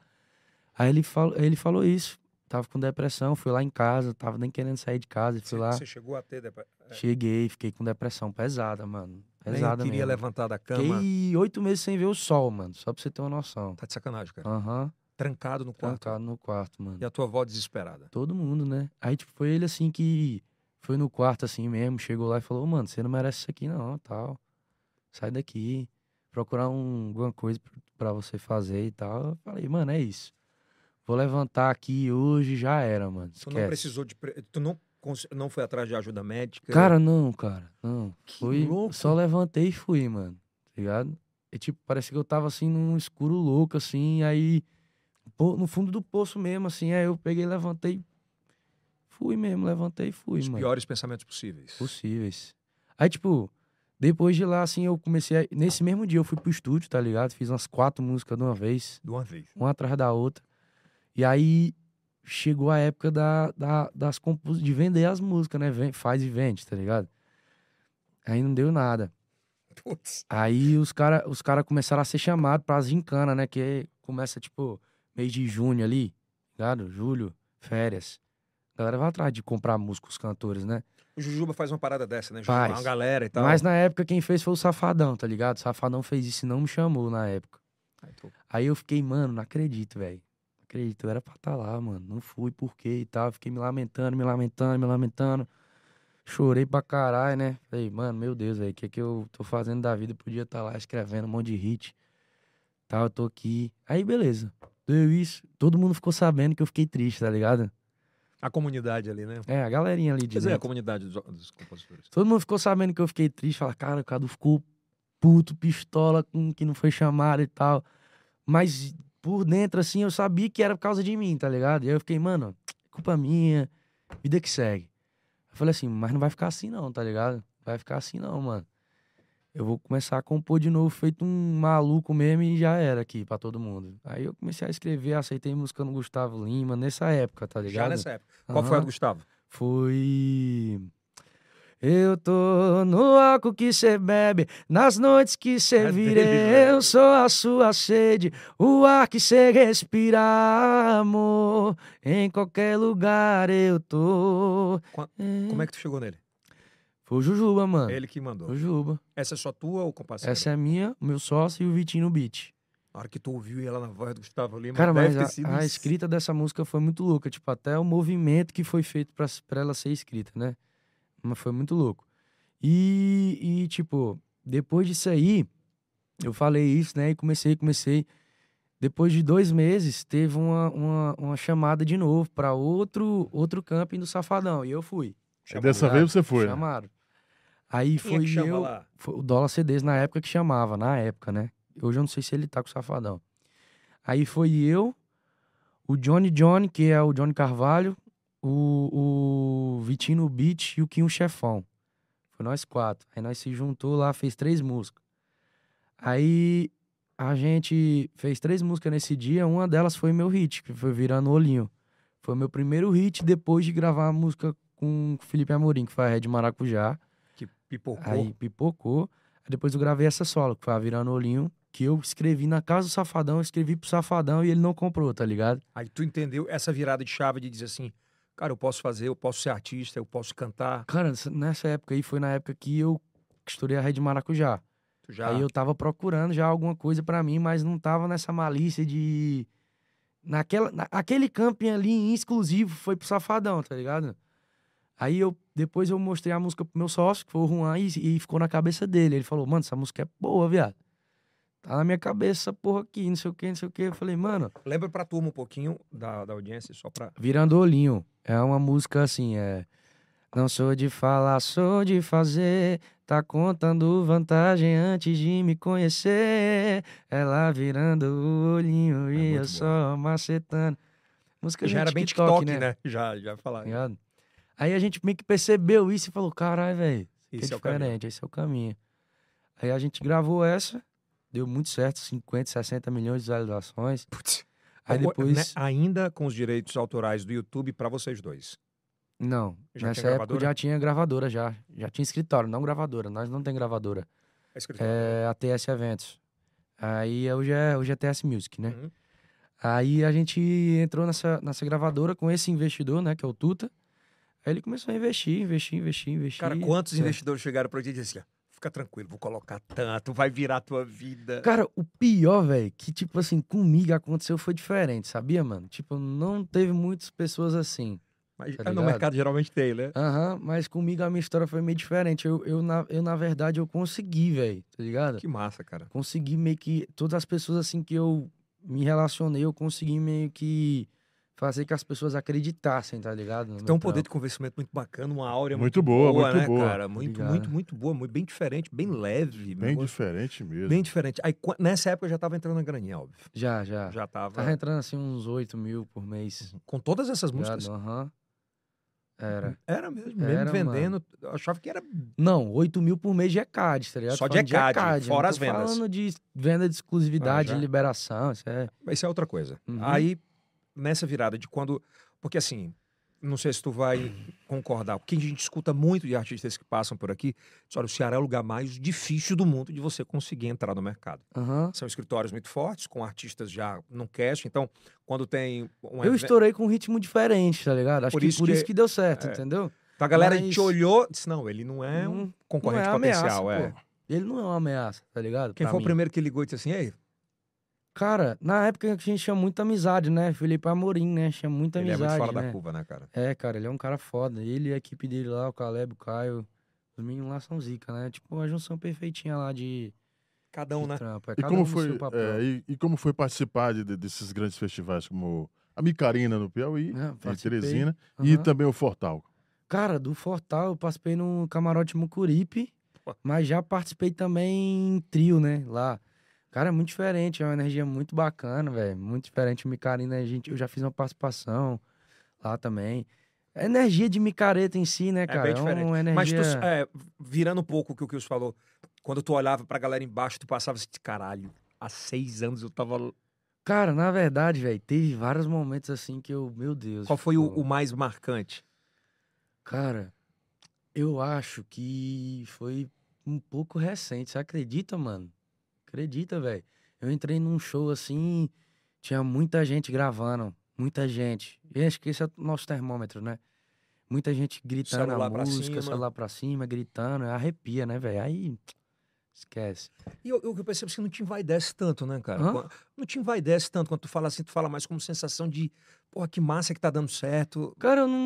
Aí ele, fal... ele falou isso. Tava com depressão, fui lá em casa, tava nem querendo sair de casa, fui Você, lá. você chegou a ter. depa- Cheguei, fiquei com depressão pesada, mano. é. Nem Pesada Né, queria mesmo. levantar da cama. Fiquei oito meses sem ver o sol, mano, só pra você ter uma noção. Tá de sacanagem, cara. Aham, Trancado no quarto. trancado no quarto, mano. E a tua avó desesperada. Todo mundo, né? Aí, tipo, foi ele assim que foi no quarto assim mesmo, chegou lá e falou, "Ô, mano, você não merece isso aqui não, tal. Sai daqui, procurar um, alguma coisa pra- pra você fazer e tal. Eu falei, mano, é isso. Vou levantar aqui hoje, já era, mano. Tu Esquece. não precisou de. pre- Tu não, cons- não foi atrás de ajuda médica. Cara, não, cara, não. Que Foi, louco. só levantei e fui, mano. Tá ligado? E tipo, parece que eu tava assim num escuro louco assim, aí pô, no fundo do poço mesmo assim, aí eu peguei, levantei, fui mesmo, levantei e fui, Os mano. piores pensamentos possíveis. Possíveis. Aí tipo, depois de lá assim, eu comecei, a... nesse mesmo dia eu fui pro estúdio, tá ligado? Fiz umas quatro músicas de uma vez De uma vez. uma atrás da outra. E aí chegou a época da, da- das compos... de vender as músicas, né? Vem- faz e vende, tá ligado? Aí não deu nada. Putz. Aí os caras os cara começaram a ser chamados pra gincana, né? Que começa, tipo, mês de junho ali, tá ligado? Julho, férias. A galera vai atrás de comprar música, os cantores, né? O Jujuba faz uma parada dessa, né? Jujuba, Faz. uma galera e tal. Mas na época quem fez foi o Safadão, tá ligado? O Safadão fez isso e não me chamou na época. Aí tu- Aí eu fiquei, mano, não acredito, velho. Não acredito, eu era pra estar lá, mano. Não fui, por quê e tal. Fiquei me lamentando, me lamentando, me lamentando. Chorei pra caralho, né? Falei, mano, meu Deus, velho, o que é que eu tô fazendo da vida? Eu podia estar lá escrevendo um monte de hit. Tal, eu tô aqui. Aí, beleza. Deu isso. Todo mundo ficou sabendo que eu fiquei triste, tá ligado? A comunidade ali, né? É, a galerinha ali de Quer dizer, a dentro. comunidade dos, dos compositores. Todo mundo ficou sabendo que eu fiquei triste. Fala, cara, o Cadu ficou puto, pistola com que não foi chamado e tal. Mas por dentro, assim, eu sabia que era por causa de mim, tá ligado? E aí eu fiquei, mano, culpa minha. vida que segue. Eu falei assim, mas não vai ficar assim não, tá ligado? Vai ficar assim não, mano. Eu vou começar a compor de novo, feito um maluco mesmo e já era aqui pra todo mundo. Aí eu comecei a escrever, aceitei música no Gustavo Lima nessa época, tá ligado? Já nessa época. Qual foi a Aham. do Gustavo? Fui. Eu tô no álcool que cê bebe, nas noites que É cê vira, dele, velho. eu sou a sua sede, o ar que cê respira, amor, em qualquer lugar eu tô. Qua- Como é que tu chegou nele? Foi o Jujuba, mano. Ele que mandou. Foi o Jujuba. Essa é só tua ou comparceiro? Ah. Essa é a minha, o meu sócio e o Vitinho no beat. A hora que tu ouviu ela na voz do Gustavo Lima, Cara, deve mas ter a, sido a ins- escrita dessa música foi muito louca. Tipo, até o movimento que foi feito pra, pra ela ser escrita, né? Mas foi muito louco. E, e, tipo, depois disso aí, eu falei isso, né? E comecei, comecei. Depois de dois meses, teve uma, uma, uma chamada de novo pra outro, outro camping do Safadão. E eu fui. Aí Chamou dessa lá. vez você foi. né? Chamaram. Aí Quem é foi que chama eu. lá? Foi o dólar CDs na época que chamava, na época, né? Hoje eu não sei se ele tá com o Safadão. Aí foi eu, o Johnny Johnny, que é o Johnny Carvalho, o, o Vitinho no Beat e o Quinho Chefão. Foi nós quatro. Aí nós se juntou lá, fez três músicas. Aí a gente fez três músicas nesse dia, uma delas foi meu hit, que foi Virando Olhinho. Foi meu primeiro hit depois de gravar a música com o Felipe Amorim, que foi a Red Maracujá. Que pipocou. Aí pipocou. Aí depois eu gravei essa solo, que foi a Virando Olhinho, que eu escrevi na casa do Safadão, eu escrevi pro Safadão e ele não comprou, tá ligado? Aí tu entendeu essa virada de chave de dizer assim, cara, eu posso fazer, eu posso ser artista, eu posso cantar. Cara, nessa- nessa época aí foi na época que eu estourei a Rede Maracujá. Tu já... Aí eu tava procurando já alguma coisa pra mim, mas não tava nessa malícia de. Naquela, na- aquele camping ali em exclusivo foi pro Safadão, tá ligado? Aí eu depois eu mostrei a música pro meu sócio, que foi o Juan, e, e ficou na cabeça dele. Ele falou, mano, essa música é boa, viado. Tá na minha cabeça essa porra aqui, não sei o que, não sei o que. Eu falei, mano, Lembra pra turma um pouquinho da, da audiência, só pra... Virando Olhinho. É uma música assim, é. Não sou de falar, sou de fazer. Tá contando vantagem antes de me conhecer. Ela virando o olhinho É e muito eu bom. só macetando. Música Já de era bem TikTok, né? Já, já Tá falar. ligado? Aí a gente meio que percebeu isso e falou: caralho, velho, que Esse é o caminho. diferente, esse é o caminho. Aí a gente gravou essa, deu muito certo 50, 60 milhões de visualizações. Putz. Aí Agora, né, depois. ainda com os direitos autorais do YouTube pra vocês dois. Não, Já nessa tinha época eu gravadora? já tinha gravadora já. Já tinha escritório, não gravadora. Nós não tem gravadora. É escritório. É a TS Eventos. Aí hoje é, hoje é TS Music, né? Uhum. Aí a gente entrou nessa, nessa gravadora com esse investidor, né? Que é o Tuta. Aí ele começou a investir, investir, investir, investir. Cara, quantos É. investidores chegaram pra ti e disseram assim, ó, fica tranquilo, vou colocar tanto, vai virar a tua vida. Cara, o pior, velho, que tipo assim, comigo aconteceu foi diferente, sabia, mano? Tipo, não teve muitas pessoas assim. Mas tá é, no ligado? mercado geralmente tem, né? Aham, mas comigo a minha história foi meio diferente. Eu, eu, na, eu na verdade, eu consegui, velho, tá ligado? Que massa, cara. consegui meio que todas as pessoas assim que eu me relacionei, eu consegui meio que fazer que as pessoas acreditassem, tá ligado? no meu Então, um poder de trampo. convencimento muito bacana, uma áurea muito, Muito boa, muito né, boa. cara? Muito, Obrigado. muito, muito boa, muito bem diferente, bem leve, Bem negócio diferente mesmo. bem diferente. Aí qua- nessa época eu já tava entrando na graninha, óbvio. já, já. Já tava Tava entrando assim uns 8 mil por mês. tá com todas essas músicas. ligado? Aham. Era. Era mesmo, mesmo Era, vendendo, eu achava que era Não, 8 mil por mês de ECAD, tá ligado? Só de Falando ECAD, eu fora não as tô vendas. Falando de venda de exclusividade, Ah, já. liberação, isso é. Mas Isso é outra coisa. Uhum. Aí, nessa virada de quando. Porque assim, não sei se tu vai concordar, porque a gente escuta muito de artistas que passam por aqui. Diz, Olha, o Ceará é o lugar mais difícil do mundo de você conseguir entrar no mercado. Aham. São escritórios muito fortes, com artistas já no cast. Então, quando tem um Eu even- estourei com um ritmo diferente, tá ligado? Acho Por que isso por que- isso que deu certo, é. entendeu? A galera mas- te olhou, disse: não, ele não é um Não- concorrente não é ameaça, potencial. é. pô. Ele não é uma ameaça, tá ligado? Quem Pra foi mim. o primeiro que ligou e disse assim: ei, Cara, na época que a gente tinha muita amizade, né? Felipe Amorim, né? Tinha muita ele é amizade. muito fora da né? curva, né, cara? É, cara, ele é um cara foda. Ele e a equipe dele lá, o Caleb, o Caio. Os meninos lá são zica, né? Tipo, uma junção perfeitinha lá de, Cada um, de né? trampo. É E cada como, um no foi, seu papel. é, e, e como foi participar de- de- desses grandes festivais, como a Micarina no Piauí, Né? em Participei. Teresina, e Aham. também o Fortal. Cara, do Fortal eu participei no Camarote Mucuripe, Pô. mas já participei também em trio, né? Lá. Cara, é muito diferente, é uma energia muito né, bacana, velho. Muito diferente. O Micarina, a gente, eu já fiz uma participação lá também. A energia de micareta em si, né, cara? É bem diferente. uma Mas tu, energia... é, virando um pouco o que o Kills falou, quando tu olhava pra galera embaixo, tu passava assim, caralho, há seis anos eu tava. Cara, na verdade, velho, teve vários momentos assim que eu, meu Deus. Qual foi o, tipo, o mais marcante? Cara, eu acho que foi um pouco recente. Você acredita, mano? Acredita, velho. Eu entrei num show assim, tinha muita gente gravando, muita gente. E acho que esse é o nosso termômetro, né? Muita gente gritando Celular a pra música, cima. celular pra cima, gritando, arrepia, né, velho? Aí esquece. E eu, eu percebo que não te envaidece tanto, né, cara? Hã? Quan- Não te envaidece tanto. Quando tu fala assim, tu fala mais como sensação de, porra, que massa que tá dando certo. Cara, eu não,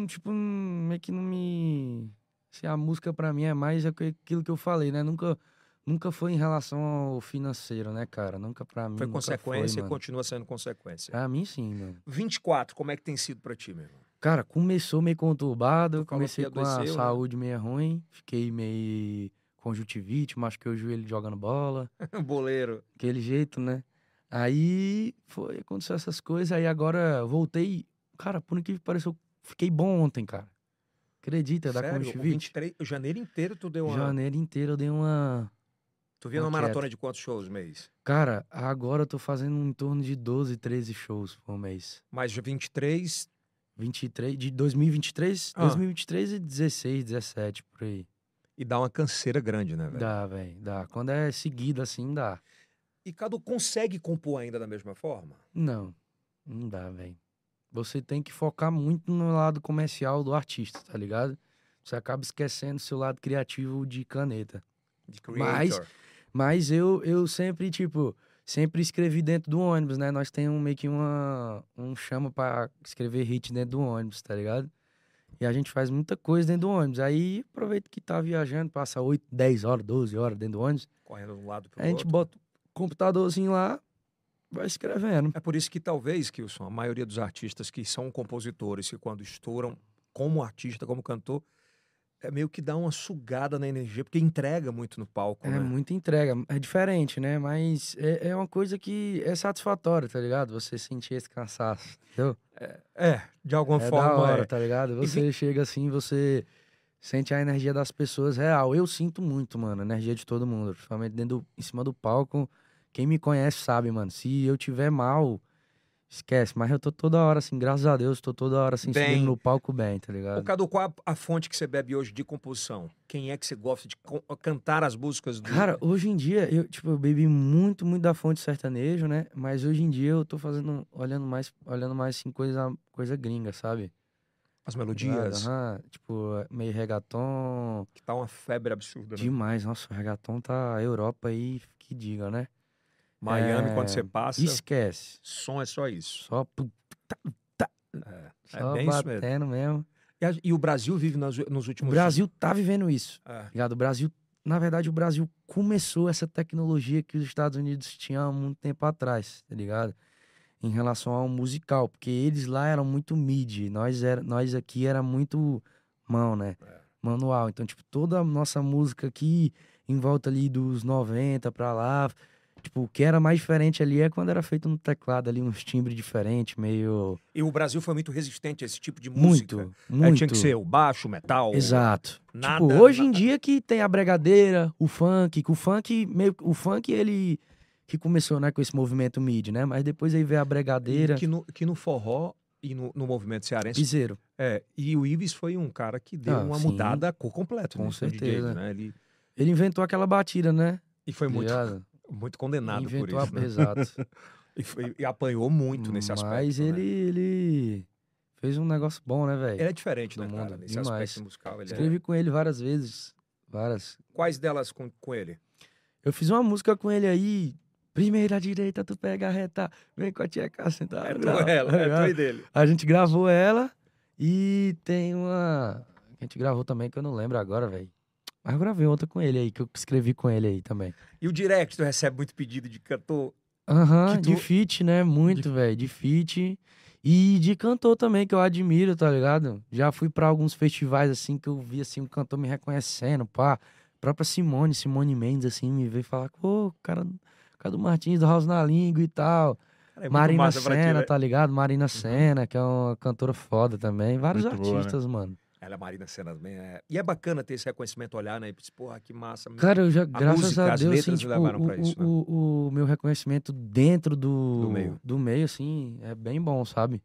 não, Tipo, não- meio que não me. Se a música pra mim é mais aqu- aquilo que eu falei, né? Nunca, nunca foi em relação ao financeiro, né, cara? Nunca pra mim. Foi nunca consequência foi, e mano. É. continua sendo consequência. Pra mim, sim, mano. 24, como é que tem sido pra ti, meu irmão? Cara, começou meio conturbado, eu Tu falou que comecei com a adoeceu, né? saúde meio ruim, fiquei meio conjuntivite, machuquei o joelho jogando bola. Boleiro. Aquele jeito, né? Aí foi, aconteceu essas coisas, aí agora voltei. Cara, por incrível que pareceu, fiquei bom ontem, cara. Acredita, da Sério? O conjuntivite. 23, o janeiro inteiro tu deu uma... Janeiro inteiro eu dei uma. Tu vinha numa uma maratona de quantos shows mês? Cara, agora eu tô fazendo em torno de 12, 13 shows por mês. Mais de 23, 23, de 2023, Ah. 2023 e 16, 17, por aí. E dá uma canseira grande, né, velho? Dá, velho, dá. Quando é seguido assim, dá. E Cadu consegue compor ainda da mesma forma? Não, não dá, velho. Você tem que focar muito no lado comercial do artista, tá ligado? Você acaba esquecendo seu lado criativo de caneta. De Mas- creator? Mas eu, eu sempre, tipo, sempre escrevi dentro do ônibus, né? Nós temos meio que uma, um chama pra escrever hit dentro do ônibus, tá ligado? E a gente faz muita coisa dentro do ônibus. Aí aproveita que tá viajando, passa 8, 10 horas, 12 horas dentro do ônibus. Correndo de um lado pro A gente outro. bota o computadorzinho lá, vai escrevendo. É por isso que talvez, Kilson, a maioria dos artistas que são compositores, que quando estouram como artista, como cantor, é meio que dá uma sugada na energia, porque entrega muito no palco, É né? muita entrega, é diferente, né? Mas é, é uma coisa que é satisfatória, tá ligado? Você sentir esse cansaço, entendeu? É, de alguma é forma da hora, é. tá ligado? Você chega assim, você sente a energia das pessoas real. Eu sinto muito, mano, a energia de todo mundo, principalmente dentro do- em cima do palco. Quem me conhece sabe, mano, se eu tiver mal, esquece. Mas eu tô toda hora assim, graças a Deus, tô toda hora assim, Bem. subindo no palco bem, tá O ligado? Cadu, qual a a fonte que você bebe hoje de composição? Quem é que você gosta de co- cantar as músicas do... Cara, hoje em dia, eu, tipo, eu bebi muito, muito da fonte sertanejo, né? Mas hoje em dia eu tô fazendo, olhando mais, olhando mais, assim, coisa, coisa gringa, sabe? as Ligado? melodias, Aham, Tipo, meio reggaeton, que tá uma febre absurda, né? demais. Nossa, o reggaeton tá a Europa aí, que diga, né? Miami, É, quando você passa, Esquece. som é só isso. Só, pu- É, é só bem isso mesmo. batendo mesmo. E, a- e o Brasil vive nas- nos O últimos Brasil tá vivendo isso. É. ligado? O Brasil, na verdade, o Brasil começou essa tecnologia que os Estados Unidos tinham há muito tempo atrás, tá ligado? Em relação ao musical, porque eles lá eram muito mid, nós era, nós aqui era muito mão, né? É. Manual. Então, tipo, toda a nossa música aqui em volta ali dos 90 pra lá, tipo, o que era mais diferente ali é quando era feito no teclado ali uns timbres diferentes, meio E o Brasil foi muito resistente a esse tipo de muito, música. muito. É, tinha que ser o baixo, o metal. Exato. Nada, tipo, hoje em nada. dia que tem a bregadeira, o funk, que o funk meio o funk ele que começou, né, com esse movimento mid, né? Mas depois aí veio a bregadeira, Que no, que no forró e no, no movimento cearense. piseiro. É, e o Ives foi um cara que deu Ah, uma sim. mudada a cor completa. Com né? no DJ, certeza. né? Ele, Ele inventou aquela batida, né? e foi muito, Ligado? muito condenado por inventou isso. a... né? exato. E, foi- e apanhou muito nesse aspecto. Mas né? ele ele fez um negócio bom, né, velho? Ele é diferente, Do né, cara? mundo, Nesse demais. aspecto musical. Ele é- Escrevi com ele várias vezes, várias. Quais delas com, com ele? Eu fiz uma música com ele aí, primeira direita tu pega reta, vem com a tia cá sentada. Tá é tua, ela, é tua e dele. A gente gravou ela e tem uma. que A gente gravou também que eu não lembro agora, velho. Mas eu gravei outra com ele aí, que eu escrevi com ele aí também. E o direct, tu recebe muito pedido de cantor. Aham, Que de tu- feat, né? Muito, velho. De feat. E de cantor também, que eu admiro, tá ligado? Já fui pra alguns festivais, assim, que eu vi, assim, um cantor me reconhecendo, pá. A própria Simone, Simone Mendes, assim, me veio falar, pô, cara, cara do Martins, do House na Língua e tal. Cara, é muito Marina massa pra ti, Senna, né? tá ligado? Marina Senna, que é uma cantora foda também. Vários Muito boa, né? artistas, mano. Ela é Marina Senna também. É... E é bacana ter esse reconhecimento, olhar, né? E pensar, Porra, que massa. Cara, eu já, graças música, a as Deus, assim, letras me tipo, levaram o, pra isso, né? o- o- o meu reconhecimento dentro do, Do meio. do meio, assim, é bem bom, sabe?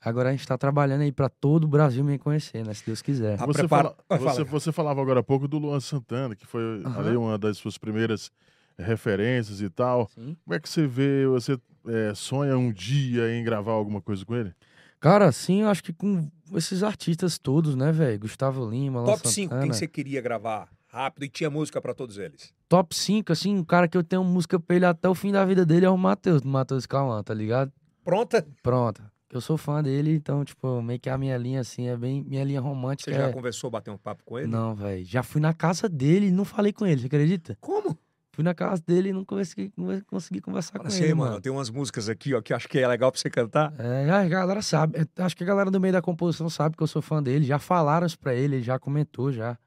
Agora a gente tá trabalhando aí pra todo o Brasil me conhecer, né? Se Deus quiser. Ah, Você, prepara- fala- Vai, fala, você, cara. você falava agora há pouco do Luan Santana, que foi Aham. ali uma das suas primeiras referências e tal. Sim. Como é que você vê, você é, sonha um dia em gravar alguma coisa com ele? Cara, assim, eu acho que com esses artistas todos, né, velho? Gustavo Lima, Luan Top 5, quem Santana. que você queria gravar rápido e tinha música pra todos eles. Top 5, assim, um cara que eu tenho música pra ele até o fim da vida dele é o Matheus, do Matheus Cauã, tá ligado? Pronta? Pronto. Eu sou fã dele, então, tipo, meio que a minha linha, assim, é bem minha linha romântica. Você já é- conversou, bateu um papo com ele? Não, velho. Já fui na casa dele e não falei com ele, você acredita? Como? Fui na casa dele e não consegui, não consegui conversar Fala Tá com assim, ele, "Ei, mano, mano. tem umas músicas aqui, ó, que eu acho que é legal pra você cantar. É, a galera sabe. eu Acho que a galera do meio da composição sabe que eu sou fã dele. Já falaram isso pra ele, ele já comentou já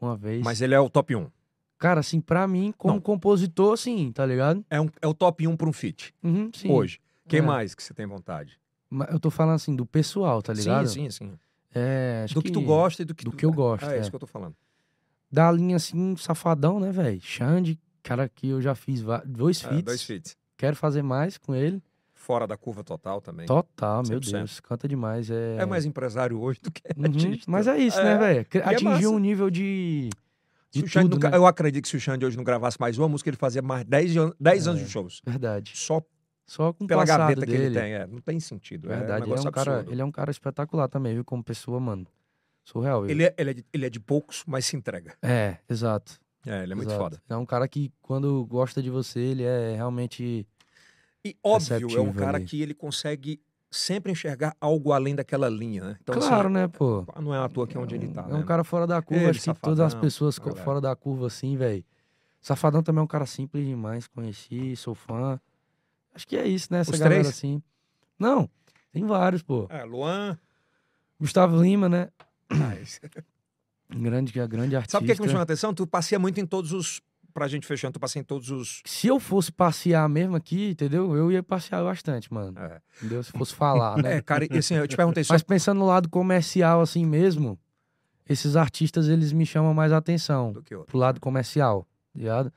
uma vez. Mas ele é o top 1. cara, assim, pra mim, como Não. compositor, sim, tá ligado? É, um- é o top 1 pra um feat, Uhum, sim. hoje. Quem É. mais que você tem vontade? Mas eu tô falando assim, do pessoal, tá ligado? Sim, sim, sim. É, acho do que... tu gosta e do que do tu... que eu gosto, Ah, é, é. isso que eu tô falando. Da linha assim, safadão, né, velho? Xande, cara que eu já fiz va- dois É, feats. dois feats. Quero fazer mais com ele. Fora da curva total também. Total, meu 100%. Deus. Canta demais. É, É mais empresário hoje do que Uhum, artista. Mas é isso, É. né, velho? Cre- é massa. Atingiu um nível de. Se De o Xande tudo, nunca- né? Eu acredito que se o Xande hoje não gravasse mais uma música, ele fazia mais 10 an- 10 anos É. de shows. Verdade. Só Só com o pela passado gaveta que dele. ele tem. É, não tem sentido. Verdade. é um ele, é negócio um cara, absurdo. ele é um cara espetacular também, viu? Como pessoa, mano. Surreal. viu? Ele é, ele é de, ele é de poucos, mas se entrega. É, exato. É, ele é muito exato. foda. É um cara que, quando gosta de você, ele é realmente. E óbvio, é um Receptivo cara ali. que ele consegue sempre enxergar algo além daquela linha, né? Então, claro, assim, né, pô? não é à toa que é onde É ele um- tá, É né? um cara fora da curva, Ele, acho que todas as Safadão, pessoas co- galera. fora da curva, assim, velho. Safadão também é um cara simples demais, conheci, sou fã. Acho que é isso, né? Essa Os galera, três? assim. Não, tem vários, pô. É, Luan. Gustavo Lima, né? mas- Grande, que é grande artista. Ah, Sabe o que, é que me chama a atenção? Tu passeia muito em todos os. Pra gente fechando, tu passeia em todos os. Se eu fosse passear mesmo aqui, entendeu? Eu ia passear bastante, mano. É. Entendeu? Se fosse falar, né? É, cara, e assim, eu te perguntei só. Mas pensando no lado comercial, assim mesmo, esses artistas, eles me chamam mais atenção. é do que outro. pro lado comercial, tá ligado?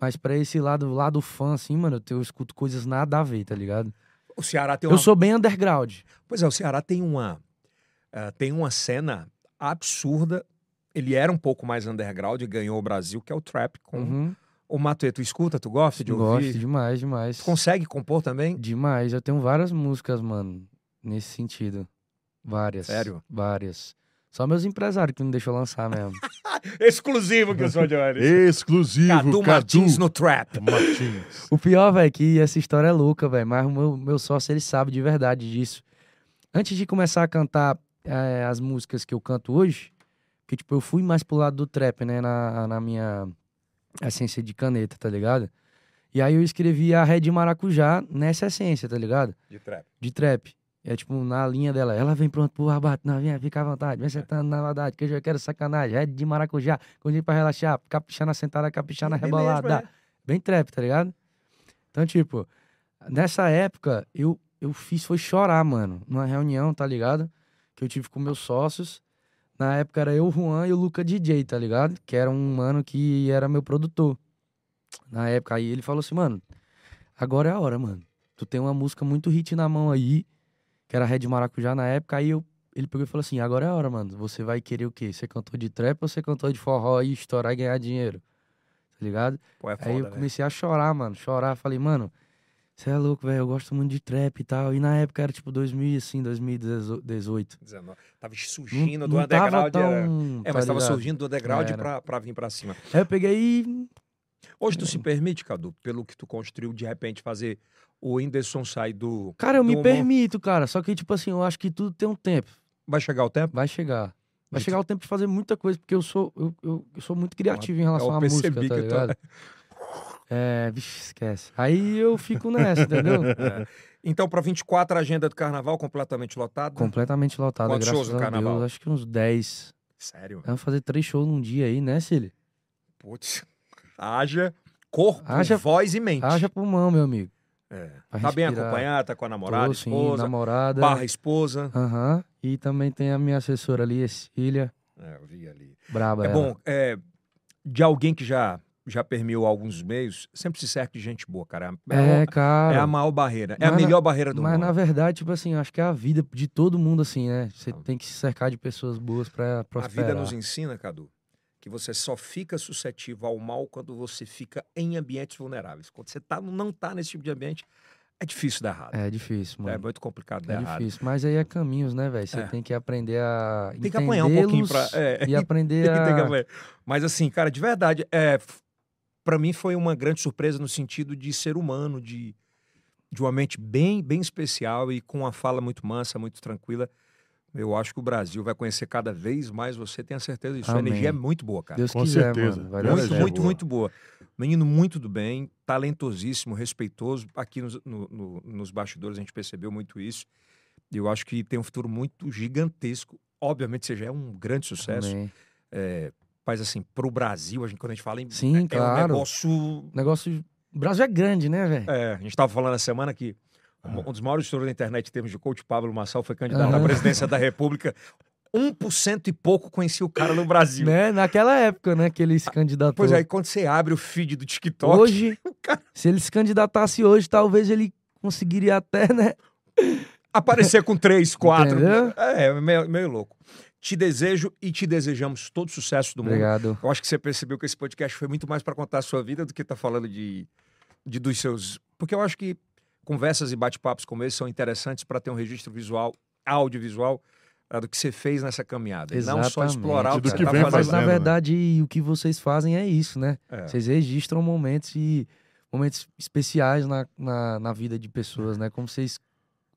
Mas pra esse lado, lado fã, assim, mano, eu escuto coisas nada a ver, tá ligado? O Ceará tem Eu, uma. sou bem underground. Pois é, o Ceará tem uma. eh, tem uma cena absurda. Ele era um pouco mais underground e ganhou o Brasil, que é o trap com Uhum. o Matuê. Tu escuta, tu gosta de ouvir? Gosto demais, demais. Tu consegue compor também? Demais. Eu tenho várias músicas, mano, nesse sentido. Várias. Sério? Várias. Só meus empresários que não deixam lançar mesmo. Exclusivo que eu sou de Exclusivo, Cadu, Cadu, Martins no trap. Martins. o pior, velho, que essa história é louca, velho. Mas o meu, meu sócio, ele sabe de verdade disso. Antes de começar a cantar eh, as músicas que eu canto hoje, Porque, tipo, eu fui mais pro lado do trap, né? Na, na minha essência de caneta, tá ligado? E aí eu escrevi a Red Maracujá nessa essência, tá ligado? De trap. De trap. É tipo, na linha dela, ela vem pronto pro abate, não, vem, fica à vontade, vem sentando na verdade, que hoje eu quero sacanagem, Red de maracujá, gordinho pra relaxar, caprichar na sentada, caprichar Tá na Bem mesmo, rebolada é. bem trap, tá ligado? Então, tipo, nessa época, eu, eu fiz foi chorar, mano, numa reunião, tá ligado? Que eu tive com meus sócios. Na época era eu, o Juan e o Luca DJ, tá ligado? Que era um mano que era meu produtor. Na época, aí ele falou assim, mano, agora é a hora, mano. Tu tem uma música muito hit na mão aí, que era Red Maracujá na época, aí eu. Ele pegou e falou assim: agora é a hora, mano. Você vai querer o quê? Ser cantor de trap ou ser cantor de forró aí, estourar e ganhar dinheiro? Tá ligado? Pô, é Aí eu foda, né? comecei a chorar, mano. Chorar. Falei, mano, você é louco, velho. Eu gosto muito de trap e tal. E na época era tipo 2000, assim, 2018. 19. Tava Não- surgindo do não tava underground. tão, era- É, tá mas tava ligado? surgindo do underground Era. pra, pra vir pra cima. Aí eu peguei e. Hoje tu se Uhum. permite, Cadu, pelo que tu construiu, de repente fazer o Whindersson sair do... Cara, eu do me humor? permito, cara. Só que, tipo assim, eu acho que tudo tem um tempo. Vai chegar o tempo? Vai chegar. Vai De- chegar o tempo de fazer muita coisa, porque eu sou, eu, eu, eu sou muito criativo em relação à percebi música, tá que eu tô- ligado? É, bicho, esquece. Aí eu fico nessa, entendeu? Então, pra 24, a agenda do carnaval completamente lotada? Completamente lotado, Quantos graças shows no a carnaval? Deus. Acho que uns 10. Sério? Vamos fazer três shows num dia aí, né, Cílio? Putz. Haja corpo, Haja- voz e mente. Ah, Haja pulmão, meu amigo. pra Tá bem respirar. acompanhado, tá com a namorada, Tô, sim, esposa, namorada. barra esposa. Aham. E também tem a minha assessora ali, Cecília. É, eu vi ali. Braba É ela. bom, é, de alguém que já, já permeou alguns meios, sempre se cerca de gente boa, cara. É, É, o- cara. é a maior barreira. É a Mas na- melhor barreira do Mas na mundo. verdade, tipo assim, acho que é a vida de todo mundo, assim, né? Você Ah. tem que se cercar de pessoas boas pra a prosperar. vida nos ensina, Cadu, que você só fica suscetível ao mal quando você fica em ambientes vulneráveis. Quando você tá, não tá nesse tipo de ambiente, é difícil dar errado. É difícil, É, mano. muito complicado É, dar errado. difícil. Mas aí é caminhos, né, velho? Você É. tem que aprender a. Tem que apanhar um pouquinho pra. entendê-los É, E aprender Tem que ter a. cavaleiro. Mas assim, cara, de verdade, é, para mim foi uma grande surpresa no sentido de ser humano, de, de uma mente bem, bem especial e com uma fala muito mansa, muito tranquila. Eu acho que o Brasil vai conhecer cada vez mais você, tenha certeza disso. A Amém. energia é muito boa, cara. Deus Com quiser, certeza. mano. Vai Deus dar muito, energia certo. muito, boa. muito boa. Menino muito do bem, talentosíssimo, respeitoso. Aqui nos, no- no- nos bastidores a gente percebeu muito isso. E Eu acho que tem um futuro muito gigantesco. Obviamente, você já é um grande sucesso Amém. é, mas assim, pro Brasil, a gente, quando a gente fala em. Sim, é, É um claro. negócio. Negócio. O Brasil é grande, né, velho? É, a gente estava falando na semana que um, Ah. um dos maiores estourou da internet em termos de coach, Pablo Massal, foi candidato à Aham. presidência da República. 1% e pouco conhecia o cara no Brasil. Ah, Né? Naquela época, né, que ele se candidatou. Pois é, aí, quando você abre o feed do TikTok, Hoje, se ele se candidatasse hoje, talvez ele conseguiria até, né? aparecer com 3, 4. Entendeu? É, meio, meio louco. Te desejo e te desejamos todo o sucesso do mundo. Obrigado. Eu acho que você percebeu que esse podcast foi muito mais para contar a sua vida do que tá falando de, de dos seus. Porque eu acho que conversas e bate-papos como esse são interessantes para ter um registro visual, audiovisual, ah, do que você fez nessa caminhada. E não só Exatamente, um explorar o que Do você que tá vem fazendo. Mas, fazendo, na né? verdade, o que vocês fazem é isso, né? É. Vocês registram momentos e momentos especiais na, na, na vida de pessoas, né? Como vocês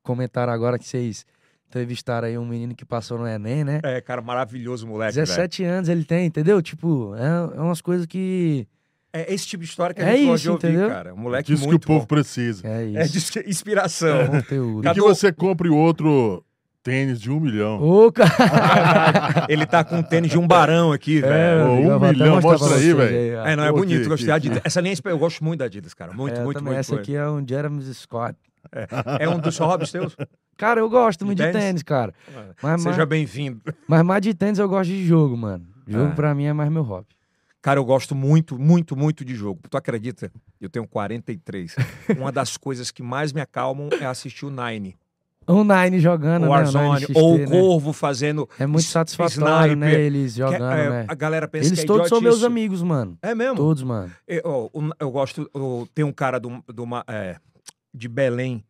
comentaram agora que vocês entrevistaram aí um menino que passou no Enem, né? É, cara, maravilhoso, moleque. velho. 17 anos ele tem, entendeu? Tipo, é, é umas coisas que. É esse tipo de história que a É gente gosta isso, de ouvir, entendeu? cara. Um moleque Diz que o muito povo bom. precisa. É É isso. É diz que- inspiração. Conteúdo. E que Cadu- você compre outro tênis de um milhão. Ô, cara. É. Ele tá com um tênis de um barão aqui, É, velho. Ô, legal, um vou até milhão, mostrar pra mostra aí, vocês velho. ó. É, não, é Pô, bonito, que- gostei da que- Adidas. Essa linha eu gosto muito da Adidas, cara. Muito, É, muito, também, muito. Essa muito. aqui é um Jeremy Scott. É um dos hobbies teus? Cara, eu gosto muito de tênis? tênis, cara. Mas, Seja mais, bem-vindo. mas mais de tênis eu gosto de jogo, mano. Jogo Ah. pra mim é mais meu hobby. Cara, eu gosto muito, muito, muito de jogo. Tu acredita? Eu tenho 43. Uma das coisas que mais me acalmam é assistir o Nine. O Nine jogando, o né? Nine Warzone, XT, ou né? o Corvo fazendo... É muito S- satisfatório, né? Sniper. Eles que- jogando, é, né? A galera pensa Eles que é todos são meus idiotice. amigos, mano. É mesmo? Todos, mano. Eu, ó, o- eu gosto... eu- tem um cara do, do Ma- é, de Belém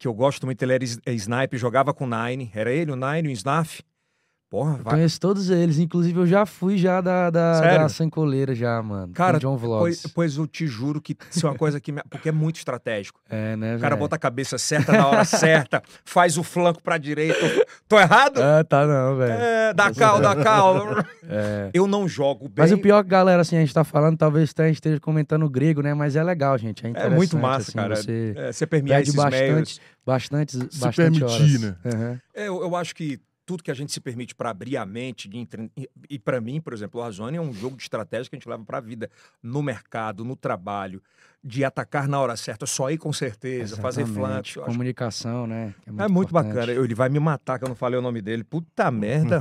que eu gosto muito. Ele era is- é sniper, jogava com o Nine. Era ele, o Nine, o Snaf. Porra, vai... Conheço todos eles. Inclusive, eu já fui já da, da, Sério? da Sem Coleira, já, mano. Cara, com John Vlogs. Pois, pois eu te juro que isso é uma coisa que... me- Porque é muito estratégico. É, né, velho? O cara bota a cabeça certa na hora certa, faz o flanco pra direita. Tô errado? Ah, tá não, velho. É, dá cal, dá cal. É. Eu não jogo bem. Mas o pior é que, galera, assim, a gente tá falando, talvez até a gente esteja comentando grego, né? Mas é legal, gente. É, interessante, muito massa, assim, cara. Você é você permear perde esses meios. bastante, bastante, bastante permitir, horas. né? Aham. É, Eu, eu acho que tudo que a gente se permite pra abrir a mente de entre- e- e pra mim, por exemplo, o Razone é um jogo de estratégia que a gente leva pra vida, no mercado, no trabalho, de atacar na hora certa, só ir com certeza, fazer Exatamente. flanco. Eu acho Comunicação, né? que É muito importante. bacana. Eu- Ele vai me matar que eu não falei o nome dele. Puta merda.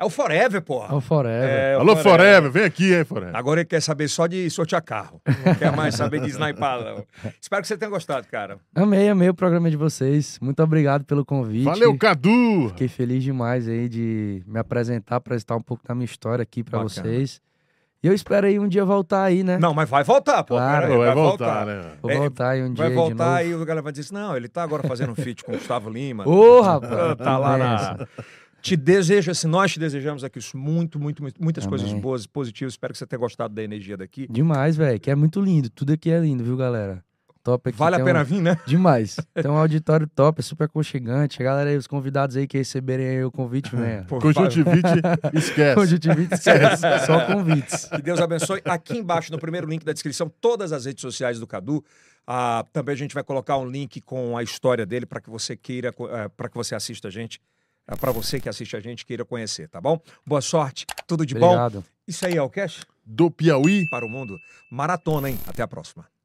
É o Forever, porra. É o Forever. É, o Alô, Forever, vem aqui, hein, Forever. É. Agora ele quer saber só de sortear carro. Não quer mais saber de sniper, não. Espero que você tenha gostado, cara. Amei, amei o programa de vocês. Muito obrigado pelo convite. Valeu, Cadu! Fiquei feliz demais aí de me apresentar, apresentar um pouco da minha história aqui pra Bacana. vocês. E eu espero aí um dia voltar aí, né? Não, mas vai voltar, pô. Claro. peraí, Pô, Vai voltar, né? Vou é, voltar aí um dia Vai de voltar novo. e o galera vai dizer assim, não, ele tá agora fazendo um feat com o Gustavo Lima. Ô, rapaz! é tá lá Essa. na... Te desejo, assim, nós te desejamos aqui isso, muito, muito, muito- muitas Amém. coisas boas, positivas. Espero que você tenha gostado da energia daqui. Demais, velho. Que é muito lindo. Tudo aqui é lindo, viu, galera? Top aqui. Vale a tem pena um... vir, né? Demais. Tem um auditório top, é super aconchegante. A galera aí, os convidados aí que receberem aí o convite, né? Pô, Conjuntivite, esquece. Conjuntivite, esquece. Só convites. Que Deus abençoe. Aqui embaixo, no primeiro link da descrição, todas as redes sociais do Cadu. Ah, também a gente vai colocar um link com a história dele para que você queira, para que você assista a gente, para você que assiste a gente queira conhecer, tá bom? Boa sorte, tudo de bom. Obrigado. Isso aí é o Cash Do Piauí para o mundo. Maratona, hein? Até a próxima.